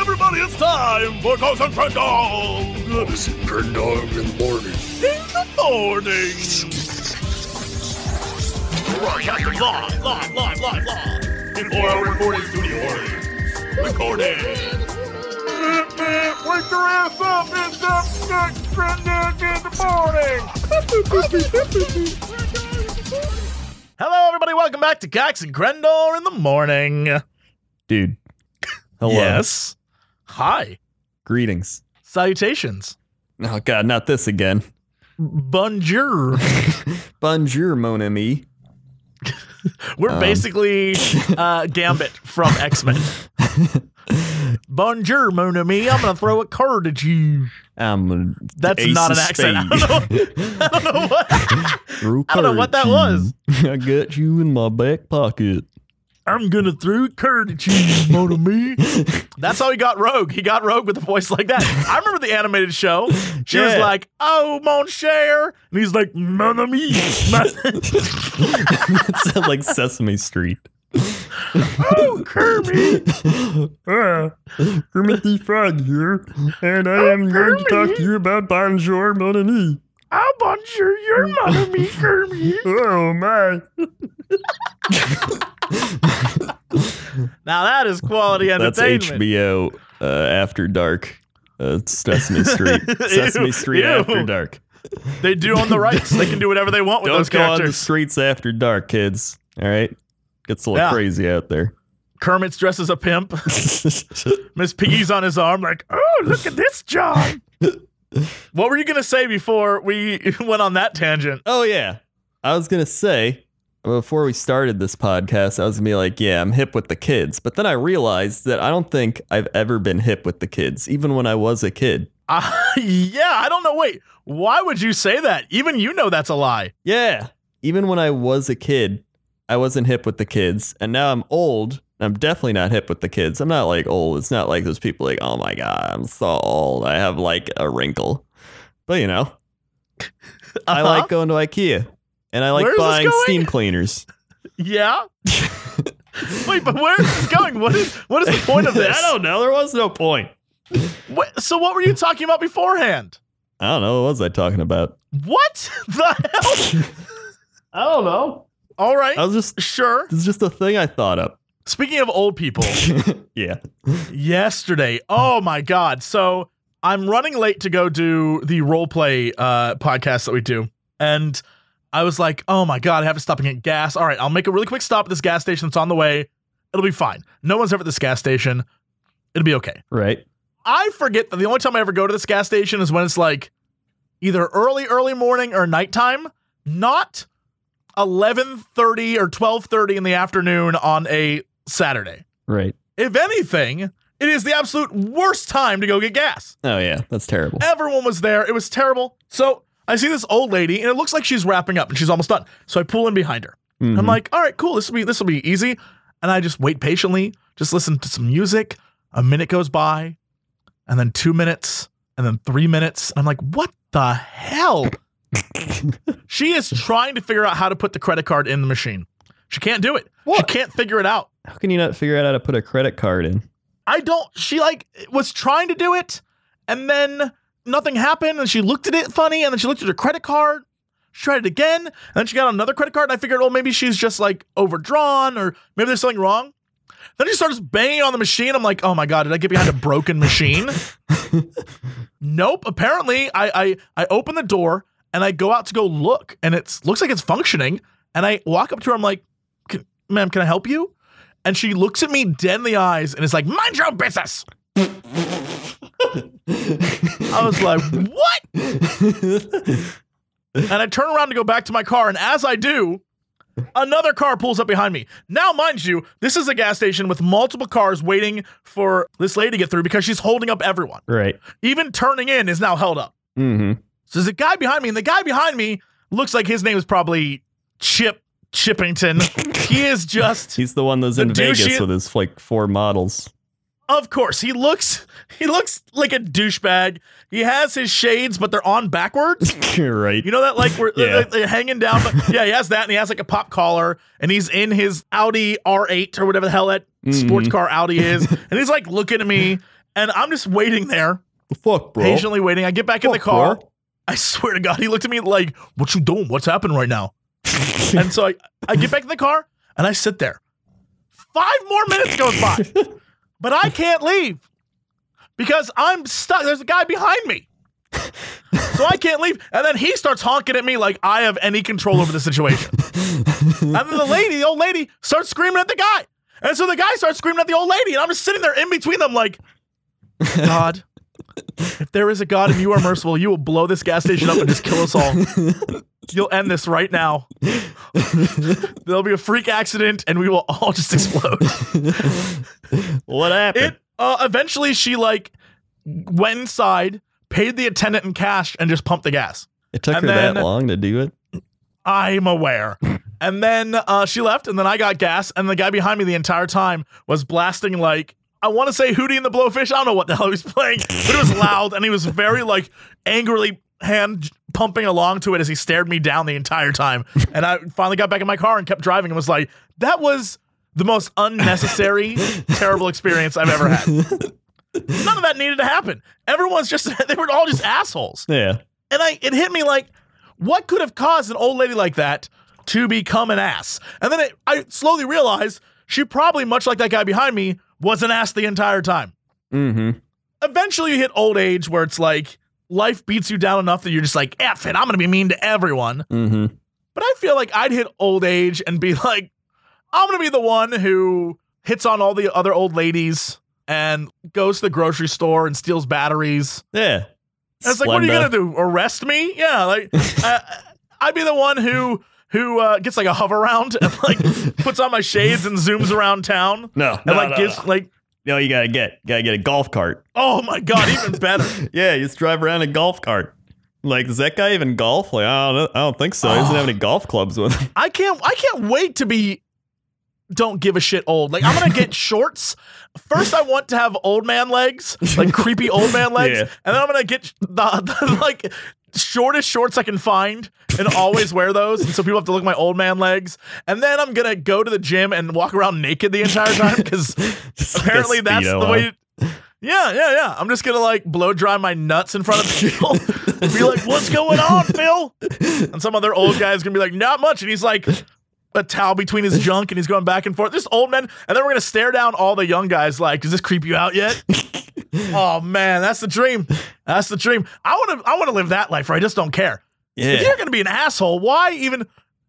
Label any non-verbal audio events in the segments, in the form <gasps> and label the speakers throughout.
Speaker 1: Everyone, it's time for Cox and Friend Dog.
Speaker 2: It's Red Dog in the morning.
Speaker 1: In the morning. Broadcasting live, live, live, live, live. Before our recording studio audience. Recording.
Speaker 3: Wake your ass up! It's up next Granddad in the morning!
Speaker 1: Hello, everybody. Welcome back to Cox and Grendor in the morning.
Speaker 4: dude. Hello.
Speaker 1: Yes. Hi.
Speaker 4: Greetings.
Speaker 1: Salutations.
Speaker 4: Oh God, not this again.
Speaker 1: Bonjour.
Speaker 4: Bonjour, mon ami.
Speaker 1: We're
Speaker 4: Um. <laughs>
Speaker 1: basically uh, Gambit from X Men. Bonjour, mon ami. I'm gonna throw a card at you.
Speaker 4: Um,
Speaker 1: That's not an accent. I
Speaker 4: <laughs>
Speaker 1: don't I don't know <laughs> what. I don't know what that was.
Speaker 4: <laughs> I got you in my back pocket. <laughs>
Speaker 1: I'm gonna throw a card at you, mon ami. That's how he got Rogue. He got Rogue with a voice like that. I remember the animated show. She was
Speaker 4: Yeah.
Speaker 1: like, "Oh, mon cher," and he's like, "Mon
Speaker 4: <laughs>
Speaker 1: ami." Mon-
Speaker 4: it sounded like Sesame <laughs> Street.
Speaker 1: oh, Kermit.
Speaker 4: Uh, Kermit the Frog here, and I am going to talk to you about Bonjour, mon ami.
Speaker 1: Oh, bonjour, your mon ami, Kermit.
Speaker 4: Oh my!
Speaker 1: Now that is quality
Speaker 4: That's
Speaker 1: entertainment.
Speaker 4: HBO uh, After Dark. Uh, Sesame <laughs> Street. Sesame
Speaker 1: Ew,
Speaker 4: Street
Speaker 1: ew.
Speaker 4: After Dark.
Speaker 1: They do on the rights. They can do whatever they want with
Speaker 4: Don't
Speaker 1: those
Speaker 4: go on the
Speaker 1: characters.
Speaker 4: streets after dark, kids. All right, gets a little
Speaker 1: Yeah.
Speaker 4: crazy
Speaker 1: <laughs>
Speaker 4: out there. <laughs>
Speaker 1: Kermit's dressed as a pimp. <laughs> Miss Piggy's on his arm, like, oh, look at this,
Speaker 4: <laughs>
Speaker 1: John. what were you gonna say before we <laughs> went on that tangent?
Speaker 4: oh yeah, I was gonna say before we started this podcast, I was gonna be like, yeah, I'm hip with the kids, but then I realized that I don't think I've ever been hip with the kids, even when I was a kid.
Speaker 1: Uh, <laughs> yeah, I don't know. Wait, why would you say that? Even you know that's a lie.
Speaker 4: Yeah, even when I was a kid, I wasn't hip with the kids, and now I'm old. and I'm definitely not hip with the kids. I'm not like old. It's not like those people like, oh my god, I'm so old. I have like a wrinkle, but you know. I
Speaker 1: Uh-huh.
Speaker 4: like going to IKEA, and I like
Speaker 1: Where is this
Speaker 4: buying
Speaker 1: going?
Speaker 4: steam cleaners. <laughs>
Speaker 1: Yeah. Wait, but where is this going? What is what is the point
Speaker 4: <laughs>
Speaker 1: of this?
Speaker 4: I don't know. There was no point.
Speaker 1: What- so what were you talking about beforehand?
Speaker 4: I don't know. What was I talking <laughs> about?
Speaker 1: What <laughs> the hell?
Speaker 4: I don't know.
Speaker 1: All right,
Speaker 4: I was just.
Speaker 1: sure.
Speaker 4: This is just a thing I thought up.
Speaker 1: Speaking of old people,
Speaker 4: <laughs> yeah.
Speaker 1: yesterday. Oh my god! So I'm running late to go do the role play uh, podcast that we do, and I was like, oh my god, I have to stop and get gas. All right, I'll make a really quick stop at this gas station that's on the way. It'll be fine. No one's ever at this gas station. It'll be okay.
Speaker 4: Right.
Speaker 1: I forget that the only time I ever go to this gas station is when it's like either early, early morning or nighttime, not 11:30 or 12:30 in the afternoon on a Saturday.
Speaker 4: Right.
Speaker 1: If anything, it is the absolute worst time to go get gas.
Speaker 4: Oh yeah. That's terrible.
Speaker 1: Everyone was there. It was terrible. So I see this old lady, and it looks like she's wrapping up and she's almost done. So I pull in behind her.
Speaker 4: Mhm.
Speaker 1: I'm like, all right, cool. This will be this will be easy. And I just wait patiently, just listen to some music. A minute goes by, and then two minutes, and then three minutes. I'm like, what the hell? she is trying to figure out how to put the credit card in the machine. She can't do it. She can't figure it out.
Speaker 4: <laughs> How can you not figure out how to put a credit card in?
Speaker 1: I don't. She like was trying to do it, and then nothing happened. And she looked at it funny, and then she looked at her credit card. She tried it again, and then she got another credit card. And I figured, well, maybe she's just like overdrawn, or maybe there's something wrong. Then she starts banging on the machine. I'm like, oh my god, did I get behind a broken machine? nope. Apparently, I I I open the door and I go out to go look, and it looks like it's functioning. And I walk up to her. I'm like, "C- ma'am, can I help you? And she looks at me dead in the eyes and is like, mind your own business. I was like, what? And I turn around to go back to my car. And as I do, another car pulls up behind me. Now, mind you, this is a gas station with multiple cars waiting for this lady to get through because she's holding up everyone.
Speaker 4: <laughs> right.
Speaker 1: Even turning in is now held up.
Speaker 4: Mm-hmm.
Speaker 1: So there's a guy behind me, and the guy behind me looks like his name is probably Chip Chippington. he is just
Speaker 4: He's the one that's
Speaker 1: The
Speaker 4: in Vegas
Speaker 1: douchey-
Speaker 4: with his like four <laughs> models.
Speaker 1: Of course, he looks he looks like a douchebag. He has his shades, but they're on backwards.
Speaker 4: right.
Speaker 1: You know that like we're
Speaker 4: Yeah.
Speaker 1: they're, they're hanging down.
Speaker 4: <laughs>
Speaker 1: But yeah, he has that, and he has like a pop collar, and he's in his Audi R8 or whatever the hell that sports
Speaker 4: Mhm. <laughs>
Speaker 1: car Audi is, and he's like looking at me. And I'm just waiting there,
Speaker 4: Fuck, bro.
Speaker 1: patiently waiting. I get back in the
Speaker 4: Fuck,
Speaker 1: car.
Speaker 4: bro.
Speaker 1: I swear to God, he looked at me like, "What you doing? What's happening right now?"
Speaker 4: <laughs>
Speaker 1: <laughs> and so I, I get back in the car and I sit there. Five more minutes goes by, but I can't leave because I'm stuck. There's a guy behind me. So I can't leave. And then he starts honking at me like I have any control over the situation. and then the lady, the old lady, starts screaming at the guy. And so the guy starts screaming at the old lady. And I'm just sitting there in between them, like, God, if there is a God and you are merciful, you will blow this gas station up and just kill us all. You'll end this right now. There'll be a freak accident and we will all <laughs> just explode.
Speaker 4: what
Speaker 1: It
Speaker 4: happened?
Speaker 1: uh, eventually she like went inside, paid the attendant in cash, and just pumped the gas.
Speaker 4: It, took her
Speaker 1: and
Speaker 4: that
Speaker 1: then-
Speaker 4: long to do it.
Speaker 1: I'm aware. And then uh, she left, and then I got gas, and the guy behind me the entire time was blasting like I want to say Hootie and the Blowfish. I don't know what the hell he was playing, but it was loud, and he was very like angrily hand j- pumping along to it as he stared me down the entire time. And I finally got back in my car and kept driving, and was like, "That was the most unnecessary, terrible experience I've ever had." None of that needed to happen. Everyone's just—they were all just <laughs> assholes.
Speaker 4: Yeah.
Speaker 1: And I it hit me like, what could have caused an old lady like that to become an ass? And then it, I slowly realized she probably, much like that guy behind me, was an ass the entire time.
Speaker 4: Mm-hmm.
Speaker 1: Eventually, you hit old age where it's like life beats you down enough that you're just like, F it, I'm gonna be mean to everyone.
Speaker 4: Mm-hmm.
Speaker 1: But I feel like I'd hit old age and be <laughs> like, I'm gonna be the one who hits on all the other old ladies and goes to the grocery store and steals batteries.
Speaker 4: Yeah.
Speaker 1: And it's like, what are you
Speaker 4: Splenda.
Speaker 1: gonna do? Arrest me? Yeah, like uh, I'd be the one who who uh, gets like a hover round and like puts on my shades and zooms around town and
Speaker 4: No. no,
Speaker 1: like
Speaker 4: no,
Speaker 1: gives
Speaker 4: no.
Speaker 1: like,
Speaker 4: No, you gotta get gotta get a golf cart.
Speaker 1: oh my god, even <laughs> better.
Speaker 4: Yeah, you just drive around in a golf cart. Like, does that guy even golf? Like, I don't know. I don't think so. He doesn't have <sighs> any golf clubs with him.
Speaker 1: I can't I can't wait to be don't give a shit old. Like I'm gonna get shorts. First, I want to have old man legs, like creepy old man legs,
Speaker 4: Yeah.
Speaker 1: and then I'm gonna get the, <laughs> the like shortest shorts I can find and always wear those. And so people have to look at my old man legs. And then I'm gonna go to the gym and walk around naked the entire time because
Speaker 4: <laughs> Just like a
Speaker 1: apparently that's
Speaker 4: Speedo
Speaker 1: the way.
Speaker 4: on.
Speaker 1: yeah, yeah, yeah. I'm just gonna like blow dry my nuts in front of people. be like, "What's going on, Phil?" And some other old guy's gonna be like, "Not much," and he's like a towel between his junk, and he's going back and forth. This old man, and then we're gonna stare down all the young guys. Like, does this creep you out yet? oh man, that's the dream. That's the dream. I want to. I want to live that life where I just don't care. If
Speaker 4: Yeah.
Speaker 1: you're gonna be an asshole, why even?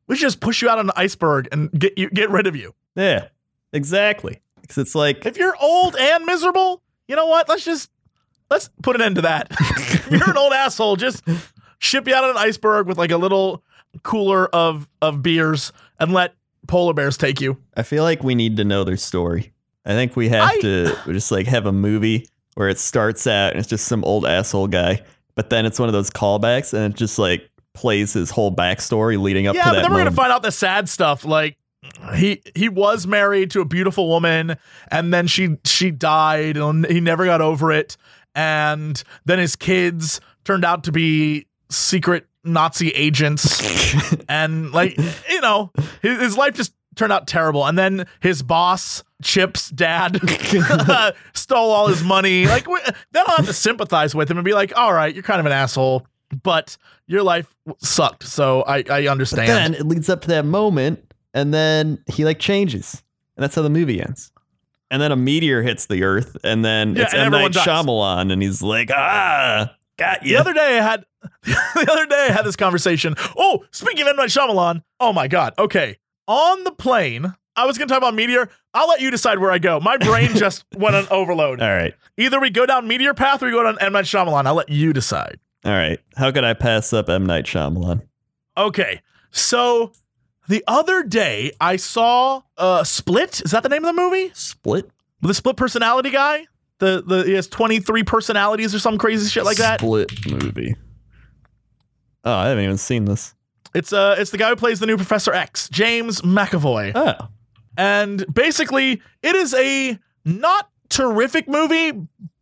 Speaker 1: We should just push you out on an iceberg and get you get rid of you.
Speaker 4: Yeah. Exactly. Because it's like
Speaker 1: If you're old and miserable, you know what? Let's just let's put an end to that. <laughs> if you're an old asshole, just ship you out on an iceberg with like a little cooler of of beers and let polar bears take you.
Speaker 4: I feel like we need to know their story. I think we have
Speaker 1: I-
Speaker 4: to just like have a movie where it starts out and it's just some old asshole guy, but then it's one of those callbacks and it just like plays his whole backstory leading up
Speaker 1: yeah,
Speaker 4: to
Speaker 1: but
Speaker 4: that
Speaker 1: then we're
Speaker 4: moment.
Speaker 1: gonna find out the sad stuff. Like he he was married to a beautiful woman, and then she she died, and he never got over it. And then his kids turned out to be secret Nazi
Speaker 4: <laughs>
Speaker 1: agents, and like you know, his, his life just turned out terrible. And then his boss. Chip's dad <laughs> stole all his money. Like, we, then I'll have to sympathize with him and be like, all right, you're kind of an asshole, but your life sucked. So I, I understand.
Speaker 4: <laughs> then it leads up to that moment and then he like changes. And that's how the movie ends. And then a meteor hits the earth and then
Speaker 1: Yeah,
Speaker 4: it's
Speaker 1: and
Speaker 4: M. Night
Speaker 1: everyone dies.
Speaker 4: Shyamalan and he's like, ah, got
Speaker 1: The
Speaker 4: you.
Speaker 1: other day I had <laughs> the other day I had this conversation. Oh, speaking of M. Night Shyamalan, oh my god. Okay. On the plane, I was gonna talk about Meteor. I'll let you decide where I go. My
Speaker 4: <laughs>
Speaker 1: brain just went on overload.
Speaker 4: All right.
Speaker 1: Either we go down Meteor Path or we go down M. Night Shyamalan. I'll let you decide.
Speaker 4: All right. How could I pass up M. Night Shyamalan?
Speaker 1: Okay. So the other day I saw uh Split. Is that the name of the movie?
Speaker 4: Split?
Speaker 1: The split personality guy? The the he has 23 personalities or some crazy shit like that.
Speaker 4: Split movie. Oh, I haven't even seen this.
Speaker 1: It's uh it's the guy who plays the new Professor X, James McAvoy.
Speaker 4: Oh,
Speaker 1: And basically, it is a not terrific movie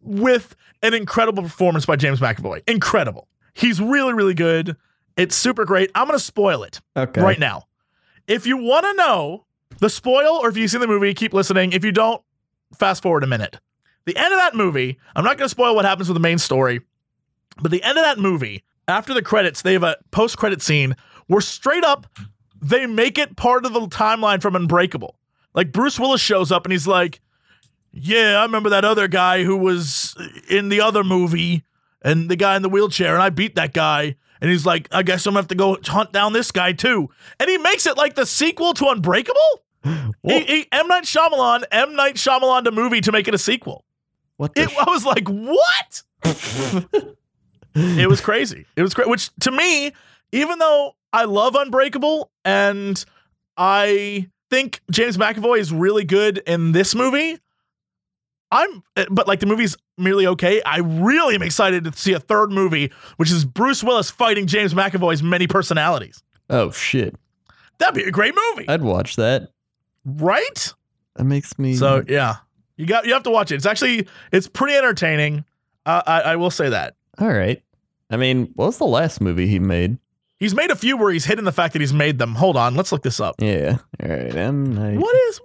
Speaker 1: with an incredible performance by James McAvoy. Incredible. He's really, really good. It's super great. I'm going to spoil it
Speaker 4: okay.
Speaker 1: right now. If you want to know the spoil or if you've seen the movie, keep listening. If you don't, fast forward a minute. The end of that movie, I'm not going to spoil what happens with the main story, but the end of that movie, after the credits, they have a post credit scene where straight up they make it part of the timeline from Unbreakable. Like Bruce Willis shows up and he's like, Yeah, I remember that other guy who was in the other movie and the guy in the wheelchair, and I beat that guy. And he's like, I guess I'm gonna have to go hunt down this guy too. And he makes it like the sequel to Unbreakable? He,
Speaker 4: Whoa.
Speaker 1: he, M. Night Shyamalan, M. Night Shyamalan a movie to make it a sequel.
Speaker 4: What the
Speaker 1: It, I was like, what? <laughs> it was crazy. It was great. Which to me, even though I love Unbreakable and I think James McAvoy is really good in this movie, I'm eh, but like the movie's merely okay. I really am excited to see a third movie, which is Bruce Willis fighting James McAvoy's many personalities.
Speaker 4: <laughs> Oh shit!
Speaker 1: That'd be a great movie,
Speaker 4: I'd watch that.
Speaker 1: right?
Speaker 4: That makes me
Speaker 1: So yeah, you got you have to watch it. It's actually it's pretty entertaining. Uh, I, I will say that.
Speaker 4: all right. I mean, what was the last movie he made?
Speaker 1: He's made a few where he's hidden the fact that he's made them. Hold on, let's look this up.
Speaker 4: Yeah. All right. M Night.
Speaker 1: What is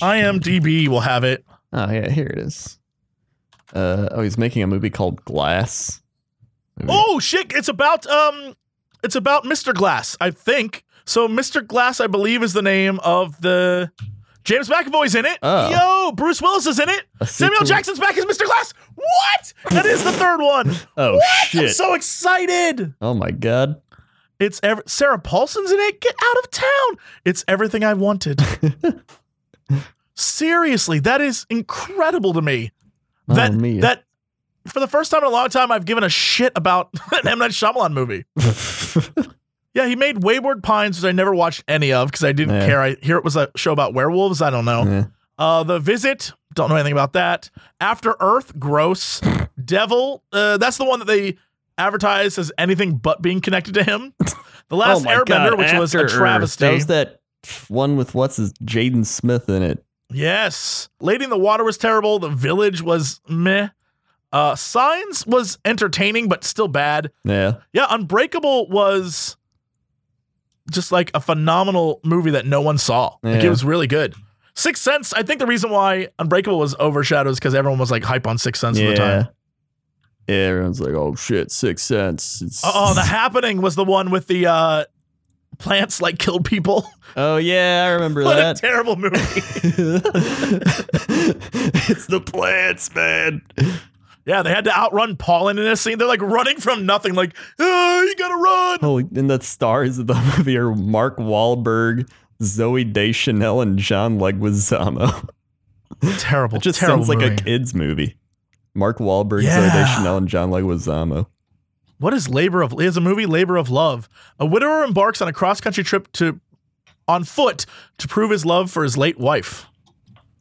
Speaker 1: IMDb will have it.
Speaker 4: Oh yeah, here it is. Uh oh, he's making a movie called Glass. Maybe-
Speaker 1: Oh shit! It's about um, it's about Mr. Glass, I think. So Mr. Glass, I believe, is the name of the. James McAvoy's in it.
Speaker 4: Oh.
Speaker 1: Yo, Bruce Willis is in it.
Speaker 4: A
Speaker 1: Samuel
Speaker 4: sequel-
Speaker 1: Jackson's back as Mr. Glass. What? That is the third one.
Speaker 4: Oh
Speaker 1: I'm
Speaker 4: shit!
Speaker 1: so excited.
Speaker 4: oh my god.
Speaker 1: It's ev- Sarah Paulson's in it. Get out of town. It's everything I
Speaker 4: <laughs>
Speaker 1: wanted. Seriously, that is incredible to me.
Speaker 4: Mamma
Speaker 1: that
Speaker 4: mia.
Speaker 1: that for the first time in a long time, I've given a shit about <laughs> an M Night Shyamalan movie.
Speaker 4: <laughs>
Speaker 1: yeah, he made Wayward Pines, which I never watched any of because I didn't
Speaker 4: Yeah.
Speaker 1: care. I hear it was a show about werewolves. I don't know.
Speaker 4: Yeah.
Speaker 1: Uh, the Visit, don't know anything about that. After Earth, gross. Devil, uh, that's the one that they advertise as anything but being connected to him. The Last
Speaker 4: <laughs> Oh my
Speaker 1: Airbender,
Speaker 4: God,
Speaker 1: which was a
Speaker 4: After Earth.
Speaker 1: travesty.
Speaker 4: That was that one with what's his Jaden Smith in it.
Speaker 1: Yes. Lady in the Water was terrible. The Village was meh. Uh, Signs was entertaining, but still bad.
Speaker 4: Yeah.
Speaker 1: Yeah, Unbreakable was just like a phenomenal movie that no one saw. Like it
Speaker 4: Yeah.
Speaker 1: was really good. Sixth Sense, I think the reason why Unbreakable was overshadowed is because everyone was like hype on Sixth Sense at the time.
Speaker 4: Yeah. Yeah, everyone's like, oh shit, Six Sense. It's-
Speaker 1: Oh, The Happening was the one with the uh, plants like <laughs> killed people.
Speaker 4: <laughs> Oh, yeah, I remember
Speaker 1: what
Speaker 4: that.
Speaker 1: a terrible movie. <laughs>
Speaker 4: <laughs> it's the plants, man.
Speaker 1: yeah, they had to outrun Paulin in this scene. They're like running from nothing, like, oh, you gotta
Speaker 4: <laughs>
Speaker 1: run.
Speaker 4: Holy, and the stars of the <laughs> movie are Mark Wahlberg, Zoe Deschanel, and John Leguizamo. <laughs>
Speaker 1: Terrible.
Speaker 4: It just
Speaker 1: terrible
Speaker 4: sounds like
Speaker 1: movie.
Speaker 4: a kids movie. Mark Wahlberg, Zoe
Speaker 1: Yeah.
Speaker 4: Deschanel, and John Leguizamo.
Speaker 1: What is Labor of is a movie Labor of Love. A widower embarks on a cross-country trip to on foot to prove his love for his late wife.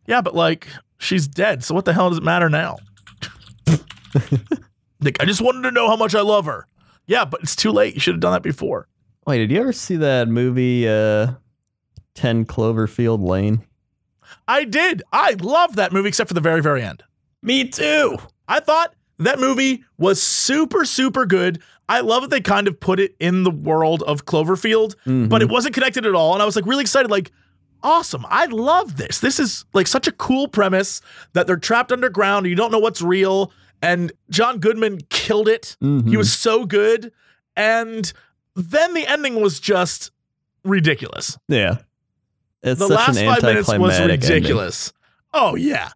Speaker 1: Yeah, but like she's dead, so what the hell does it matter now? <laughs> like I just wanted to know how much I love her. Yeah, but it's too late. You should have done that before.
Speaker 4: Wait, did you ever see that movie, uh, 10 Cloverfield Lane?
Speaker 1: I did. I love that movie except for the very very end.
Speaker 4: Me too.
Speaker 1: I thought that movie was super, super good. I love that they kind of put it in the world of Cloverfield, but it
Speaker 4: Mm-hmm.
Speaker 1: wasn't connected at all. And I was like really excited, like, awesome. I love this. This is like such a cool premise that they're trapped underground and you don't know what's real. And John Goodman killed it.
Speaker 4: Mm-hmm.
Speaker 1: He was so good. And then the ending was just ridiculous.
Speaker 4: Yeah. It's
Speaker 1: The
Speaker 4: such
Speaker 1: last
Speaker 4: an
Speaker 1: five minutes was
Speaker 4: anticlimactic ending.
Speaker 1: ridiculous. Oh yeah,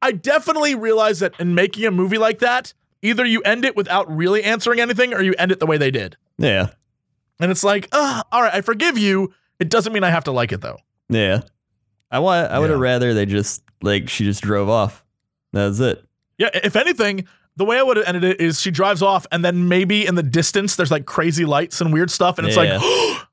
Speaker 1: I definitely realized that in making a movie like that, either you end it without really answering anything, or you end it the way they did.
Speaker 4: Yeah.
Speaker 1: And it's like, ah, all right, I forgive you. It doesn't mean I have to like it though.
Speaker 4: Yeah. I want I would have
Speaker 1: Yeah.
Speaker 4: rather they just like she just drove off. That's it.
Speaker 1: Yeah, i- if anything, the way I would have ended it is she drives off, and then maybe in the distance there's like crazy lights and weird stuff, and it's
Speaker 4: Yeah.
Speaker 1: like. <gasps>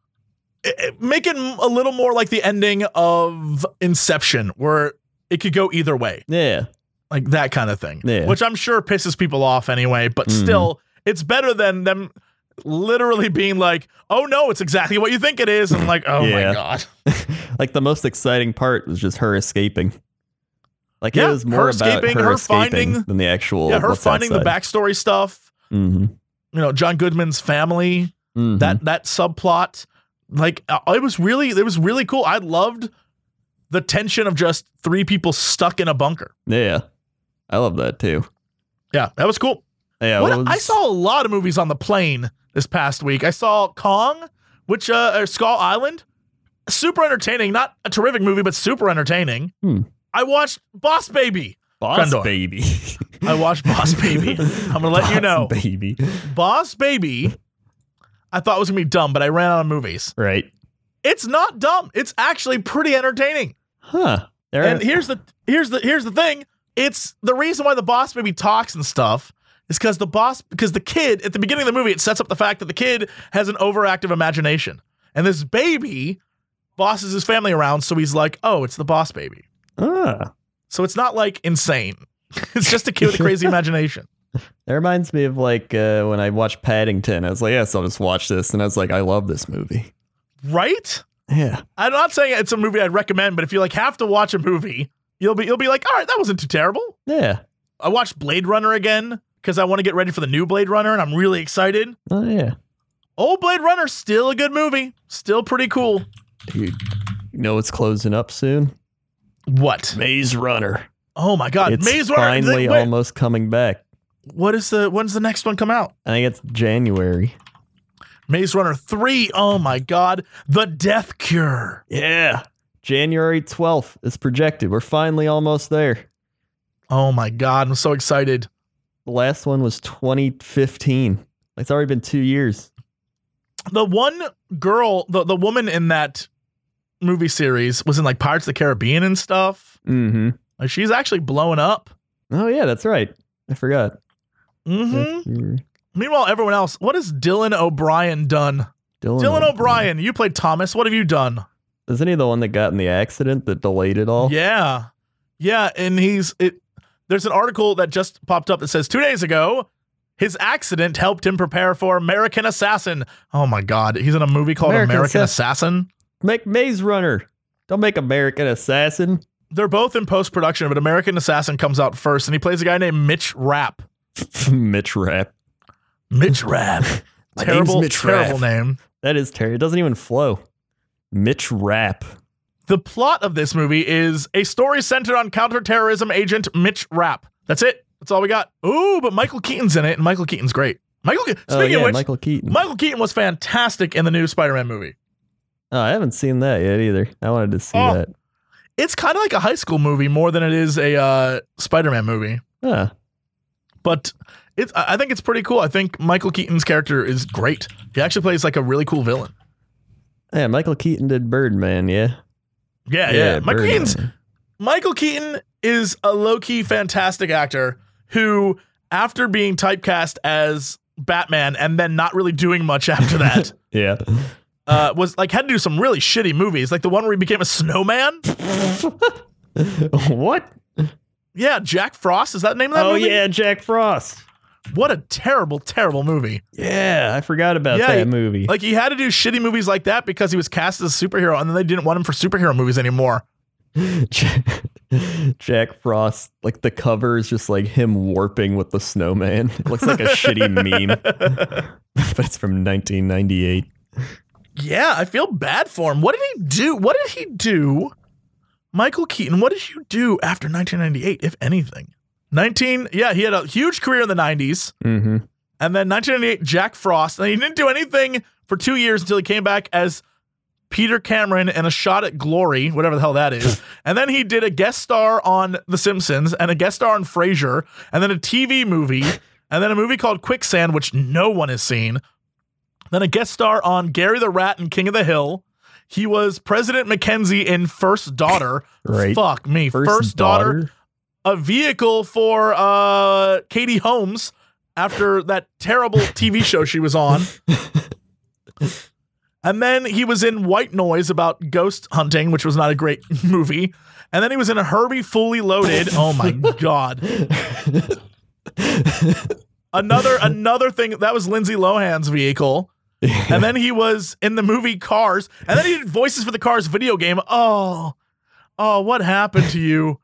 Speaker 1: it- it- Make it a little more like the ending of Inception, where it could go either way.
Speaker 4: Yeah. <laughs>
Speaker 1: like that kind of thing,
Speaker 4: Yeah.
Speaker 1: which I'm sure pisses people off anyway. But
Speaker 4: Mhm.
Speaker 1: still, it's better than them literally being like, "Oh no, it's exactly what you think it is," and like, "Oh my
Speaker 4: Yeah.
Speaker 1: god,
Speaker 4: Like the most exciting part was just her escaping. Like
Speaker 1: Yeah,
Speaker 4: it was more
Speaker 1: her
Speaker 4: about
Speaker 1: escaping,
Speaker 4: her,
Speaker 1: her
Speaker 4: escaping
Speaker 1: finding-
Speaker 4: than the actual
Speaker 1: yeah." Her finding the backstory stuff,
Speaker 4: hmm
Speaker 1: you know, John Goodman's family,
Speaker 4: Mm-hmm.
Speaker 1: that that subplot, like uh, it was really it was really cool. I loved the tension of just three people stuck in a bunker.
Speaker 4: yeah. I love that too.
Speaker 1: Yeah, that was cool.
Speaker 4: Yeah,
Speaker 1: What-
Speaker 4: what was-
Speaker 1: I saw a lot of movies on the plane this past week. I saw Kong, which uh, or Skull Island, super entertaining. Not a terrific movie, but super entertaining.
Speaker 4: Hmm.
Speaker 1: I watched Boss Baby.
Speaker 4: Boss
Speaker 1: Crendor.
Speaker 4: Baby. <laughs>
Speaker 1: I watched Boss Baby. I'm gonna let you
Speaker 4: Boss
Speaker 1: know.
Speaker 4: Baby.
Speaker 1: Boss Baby, I thought was gonna be dumb, but I ran out of movies.
Speaker 4: Right.
Speaker 1: It's not dumb. It's actually pretty entertaining.
Speaker 4: Huh. There
Speaker 1: And here's the here's the here's the thing. It's the reason why the boss maybe talks and stuff is because the boss because the kid at the beginning of the movie it sets up the fact that the kid has an overactive imagination and this baby bosses his family around, so he's like, oh, it's the boss baby.
Speaker 4: ah,
Speaker 1: So it's not like insane. <laughs> it's just a kid with a crazy imagination.
Speaker 4: that reminds me of like uh, when I watched Paddington. I was like, yes, I'll just watch this, and I was like, I love this movie.
Speaker 1: Right?
Speaker 4: Yeah.
Speaker 1: I'm not saying it's a movie I'd recommend, but if you like have to watch a movie, you'll be you'll be like, all right, that wasn't too terrible.
Speaker 4: Yeah.
Speaker 1: I watched Blade Runner again because I want to get ready for the new Blade Runner, and I'm really excited.
Speaker 4: Oh yeah.
Speaker 1: Old Blade Runner, still a good movie. Still pretty cool.
Speaker 4: Dude, you know it's closing up soon.
Speaker 1: What?
Speaker 4: Maze Runner.
Speaker 1: Oh my god.
Speaker 4: It's
Speaker 1: Maze Runner.
Speaker 4: finally
Speaker 1: Wait,
Speaker 4: almost coming back.
Speaker 1: what is the when's the next one come out?
Speaker 4: I think it's January.
Speaker 1: Maze Runner 3. Oh my god. The Death Cure.
Speaker 4: Yeah. January 12th is projected. We're finally almost there.
Speaker 1: Oh my god. I'm so excited.
Speaker 4: The last one was 2015. It's already been two years.
Speaker 1: The one girl, the, the woman in that movie series was in like Pirates of the Caribbean and stuff.
Speaker 4: Mm-hmm.
Speaker 1: Like she's actually blowing up.
Speaker 4: Oh, yeah, that's right. I forgot.
Speaker 1: Mm-hmm. Meanwhile, everyone else, what has Dylan O'Brien done? Dylan O'Brien, you played Thomas. What have you done?
Speaker 4: Isn't he the one that got in the accident that delayed it all?
Speaker 1: Yeah. Yeah, and he's it there's an article that just popped up that says 2 days ago his accident helped him prepare for American Assassin. Oh my god, he's in a movie called American,
Speaker 4: American
Speaker 1: Assassin.
Speaker 4: Make Maze Runner. Don't make American Assassin. <laughs>
Speaker 1: They're both in post-production, but American Assassin comes out first and he plays a guy named Mitch Rapp.
Speaker 4: Mitch Rapp.
Speaker 1: Mitch Rapp.
Speaker 4: <laughs> My name's
Speaker 1: terrible
Speaker 4: Mitch
Speaker 1: terrible
Speaker 4: Rapp.
Speaker 1: name.
Speaker 4: That is terrible. It doesn't even flow. Mitch Rapp.
Speaker 1: The plot of this movie is a story centered on counterterrorism agent Mitch Rapp. That's it. That's all we got. Ooh, but Michael Keaton's in it, and Michael Keaton's great. Michael Ke-
Speaker 4: Oh,
Speaker 1: Speaking
Speaker 4: yeah,
Speaker 1: of which,
Speaker 4: Michael Keaton.
Speaker 1: Michael Keaton was fantastic in the new Spider-Man movie.
Speaker 4: oh, I haven't seen that yet either. I wanted to see
Speaker 1: Oh.
Speaker 4: that.
Speaker 1: It's kind of like a high school movie more than it is a uh, Spider-Man movie,
Speaker 4: Huh.
Speaker 1: but it's I I think it's pretty cool. I think Michael Keaton's character is great. He actually plays like a really cool villain.
Speaker 4: Yeah, Michael Keaton did Birdman, yeah.
Speaker 1: Yeah, yeah. Michael
Speaker 4: Birdman.
Speaker 1: Keaton's Michael Keaton is a low-key fantastic actor who after being typecast as Batman and then not really doing much after
Speaker 4: <laughs>
Speaker 1: that,
Speaker 4: Yeah.
Speaker 1: uh, was like had to do some really shitty movies, like the one where he became a snowman.
Speaker 4: what?
Speaker 1: Yeah, Jack Frost is that the name of that
Speaker 4: oh
Speaker 1: movie?
Speaker 4: yeah, Jack Frost.
Speaker 1: What a terrible, terrible movie.
Speaker 4: Yeah, I forgot about
Speaker 1: Yeah,
Speaker 4: that
Speaker 1: he-
Speaker 4: movie.
Speaker 1: Like he had to do shitty movies like that because he was cast as a superhero and then they didn't want him for superhero movies anymore.
Speaker 4: <laughs> Jack, Jack Frost, like the cover is just like him warping with the snowman. It looks like
Speaker 1: <laughs>
Speaker 4: a shitty meme, <laughs> but it's from 1998.
Speaker 1: Yeah, I feel bad for him. What did he do? What did he do? Michael Keaton, what did you do after 1998 if anything? 19 Yeah, he had a huge career in the 90s
Speaker 4: Mm-hmm.
Speaker 1: and then 1998 Jack Frost and he didn't do anything for 2 years until he came back as Peter Cameron in A Shot at Glory, whatever the hell that is. and then he did a guest star on The Simpsons and a guest star on Frasier and then a TV movie and then a movie called Quicksand, which no one has seen. Then a guest star on Gary the Rat and King of the Hill. He was President Mackenzie in First Daughter.
Speaker 4: Right.
Speaker 1: Fuck me. First, daughter, a vehicle for uh, Katie Holmes after that terrible TV show she was on. And then he was in White Noise about ghost hunting, which was not a great <laughs> movie. And then he was in a Herbie Fully Loaded. oh my god! Another another thing that was Lindsay Lohan's vehicle. And then he was in the movie Cars. And then he did voices for the Cars video game. Oh, oh, what happened to you?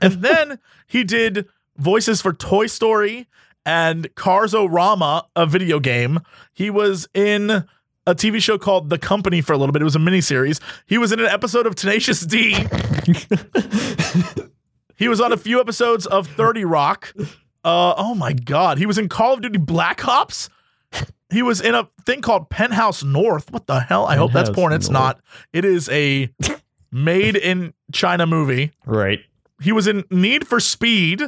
Speaker 1: And then he did voices for Toy Story and Cars Rama, a video game. He was in a TV show called The Company for a little bit. It was a miniseries. He was in an episode of Tenacious D. He was on a few episodes of 30 Rock. Uh, oh my God. He was in Call of Duty Black Ops. He was in a thing called Penthouse North. What the hell? I hope that's
Speaker 4: Penthouse
Speaker 1: porn. It's
Speaker 4: North.
Speaker 1: not. It is a made in China movie.
Speaker 4: <laughs> Right.
Speaker 1: He was in Need for Speed.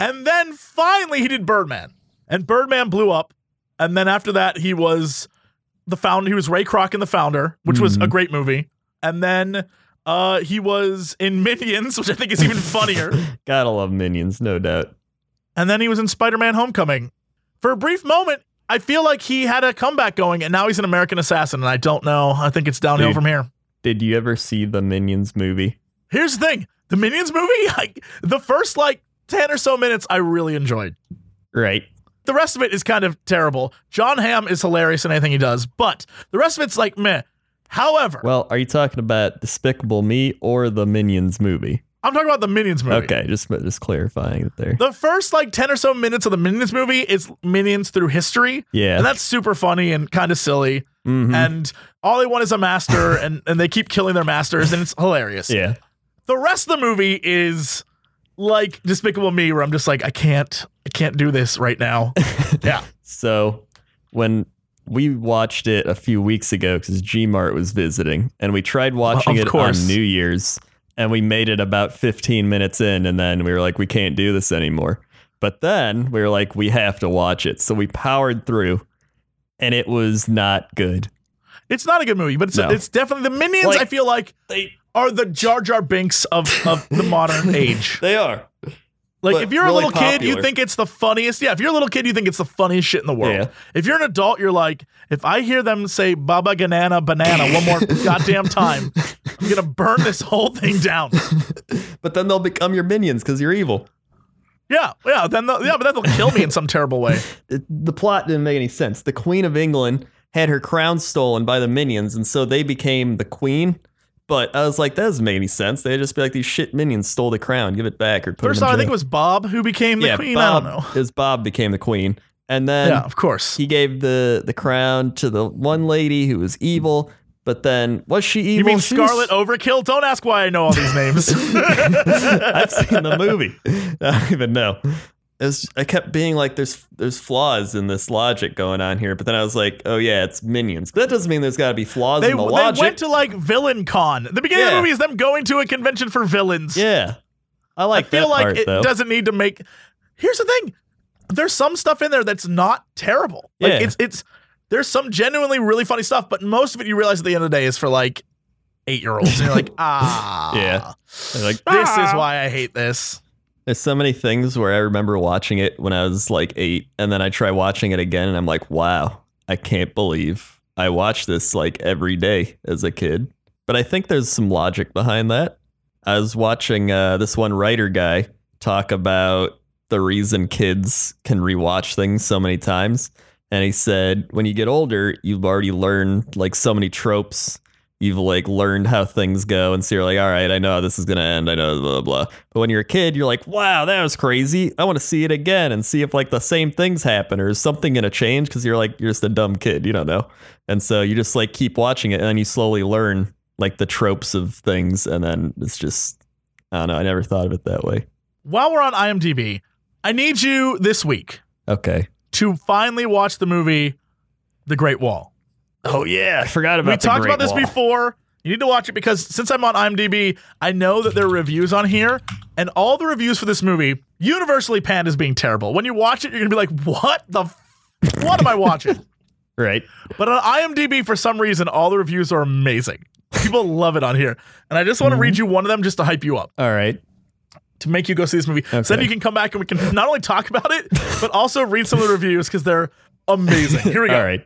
Speaker 1: And then finally he did Birdman. And Birdman blew up. And then after that, he was the founder. He was Ray Kroc in The Founder, which was a
Speaker 4: Mhm.
Speaker 1: great movie. And then uh, he was in <laughs> Minions, which I think is even
Speaker 4: <laughs>
Speaker 1: funnier.
Speaker 4: Gotta love minions, no doubt.
Speaker 1: and then he was in Spider-Man: Homecoming. For a brief moment, I feel like he had a comeback going, and now he's an American assassin. And I don't know. I think it's downhill
Speaker 4: Dude.
Speaker 1: from here.
Speaker 4: Did you ever see the Minions movie?
Speaker 1: Here's the thing: the Minions movie, <laughs> like the first like ten or so minutes, I really enjoyed.
Speaker 4: Right.
Speaker 1: The rest of it is kind of terrible. John Hamm is hilarious in anything he does, but the rest of it's like meh. However,
Speaker 4: Well, are you talking about Despicable Me or the Minions movie?
Speaker 1: I'm talking about the Minions movie.
Speaker 4: Okay, just just clarifying it there.
Speaker 1: The first like ten or so minutes of the Minions movie is Minions through history,
Speaker 4: Yeah.
Speaker 1: and that's super funny and kind of silly.
Speaker 4: Mhm.
Speaker 1: and all they want is a
Speaker 4: <laughs>
Speaker 1: master and, and they keep killing their masters and it's hilarious
Speaker 4: yeah.
Speaker 1: the rest of the movie is like despicable me where i'm just like i can't i can't do this right
Speaker 4: <laughs>
Speaker 1: now
Speaker 4: So when we watched it a few weeks ago because G Mart was visiting, and we tried watching
Speaker 1: of
Speaker 4: it
Speaker 1: course.
Speaker 4: on New Year's, and we made it about 15 minutes in, and then we were like, we can't do this anymore. But then we were like, we have to watch it. So we powered through, and it was not good.
Speaker 1: it's not a good movie but it's,
Speaker 4: No.
Speaker 1: it's definitely the minions
Speaker 4: Like-
Speaker 1: i feel like
Speaker 4: They
Speaker 1: are the jar jar binks of, of the
Speaker 4: <laughs>
Speaker 1: modern age
Speaker 4: they are.
Speaker 1: like
Speaker 4: But
Speaker 1: if you're a
Speaker 4: really
Speaker 1: little kid you
Speaker 4: popular.
Speaker 1: think it's the funniest yeah if you're a little kid you think it's the funniest shit in the world
Speaker 4: Yeah.
Speaker 1: if you're an adult you're like if i hear them say baba ganana banana
Speaker 4: <laughs>
Speaker 1: one more goddamn time i'm gonna burn this whole thing down
Speaker 4: But then they'll become your minions because you're evil.
Speaker 1: Yeah, yeah, then the, yeah, but that'll kill me in some terrible way.
Speaker 4: it- the plot didn't make any sense. The Queen of England had her crown stolen by the minions, and so they became the queen. But I was like, that doesn't make any sense. They'd just be like, these shit minions stole the crown. Give it back or put
Speaker 1: First
Speaker 4: them
Speaker 1: off, I
Speaker 4: in
Speaker 1: think it
Speaker 4: jail."
Speaker 1: was Bob who became the
Speaker 4: yeah,
Speaker 1: queen.
Speaker 4: Bob,
Speaker 1: I don't know.
Speaker 4: It was Bob became the queen, and then
Speaker 1: yeah, of course.
Speaker 4: he gave the the crown to the one lady who was evil. But then was she evil?
Speaker 1: you mean
Speaker 4: She was-
Speaker 1: Scarlet Overkill? Don't ask why I know all these names.
Speaker 4: <laughs> I've seen the movie. <laughs> I don't even know. It was- I kept being like, "There's there's flaws in this logic going on here," but then I was like, "Oh yeah, it's minions." But that doesn't mean there's got to be flaws
Speaker 1: they, they
Speaker 4: in the logic.
Speaker 1: went to like Villain Con. The beginning of the
Speaker 4: Yeah.
Speaker 1: movie is them going to a convention for villains.
Speaker 4: yeah, I like
Speaker 1: I feel
Speaker 4: that
Speaker 1: like
Speaker 4: part
Speaker 1: it
Speaker 4: though.
Speaker 1: doesn't need to make. Here's the thing: there's some stuff in there that's not terrible. Like
Speaker 4: Yeah.
Speaker 1: it's it's there's some genuinely really funny stuff, but most of it you realize at the end of the day is for like eight year olds. And you're
Speaker 4: <laughs>
Speaker 1: like, ah,
Speaker 4: Yeah. They're like,
Speaker 1: this is
Speaker 3: "Ah."
Speaker 1: why I hate this.
Speaker 4: There's so many things where I remember watching it when I was like eight, and then I try watching it again, and I'm like, "Wow, I can't believe I watched this like every day as a kid." But I think there's some logic behind that. I was watching uh, this one writer guy talk about the reason kids can rewatch things so many times, and he said when you get older, you've already learned like so many tropes. You've like learned how things go, and so you're like, all right, I know how this is gonna end. I know blah blah. blah." But when you're a kid, you're like, wow, that was crazy. I want to see it again and see if like the same things happen or is something going to change because you're like, you're just a dumb kid. You don't know. And so you just like keep watching it and then you slowly learn like the tropes of things. And then it's just, I don't know. I never thought of it that way.
Speaker 1: While we're on IMDb, I need you this week
Speaker 4: Okay.
Speaker 1: to finally watch the movie The Great Wall.
Speaker 4: Oh, yeah. I forgot
Speaker 1: we talked about this before. You need to watch it because since I'm on IMDb, I know that there are reviews on here, and all the reviews for this movie universally panned as being terrible. When you watch it, you're gonna be like, "What the? F- what am I watching?" <laughs>
Speaker 4: Right.
Speaker 1: But on IMDb, for some reason, all the reviews are amazing. People love it on here, and I just want to read
Speaker 4: Mm-hmm.
Speaker 1: you one of them just to hype you up.
Speaker 4: All right.
Speaker 1: to make you go see this movie. So then
Speaker 4: Okay.
Speaker 1: you can come back and we can not only talk about it, but also read some of the reviews because they're amazing. Here we go.
Speaker 4: <laughs> All right.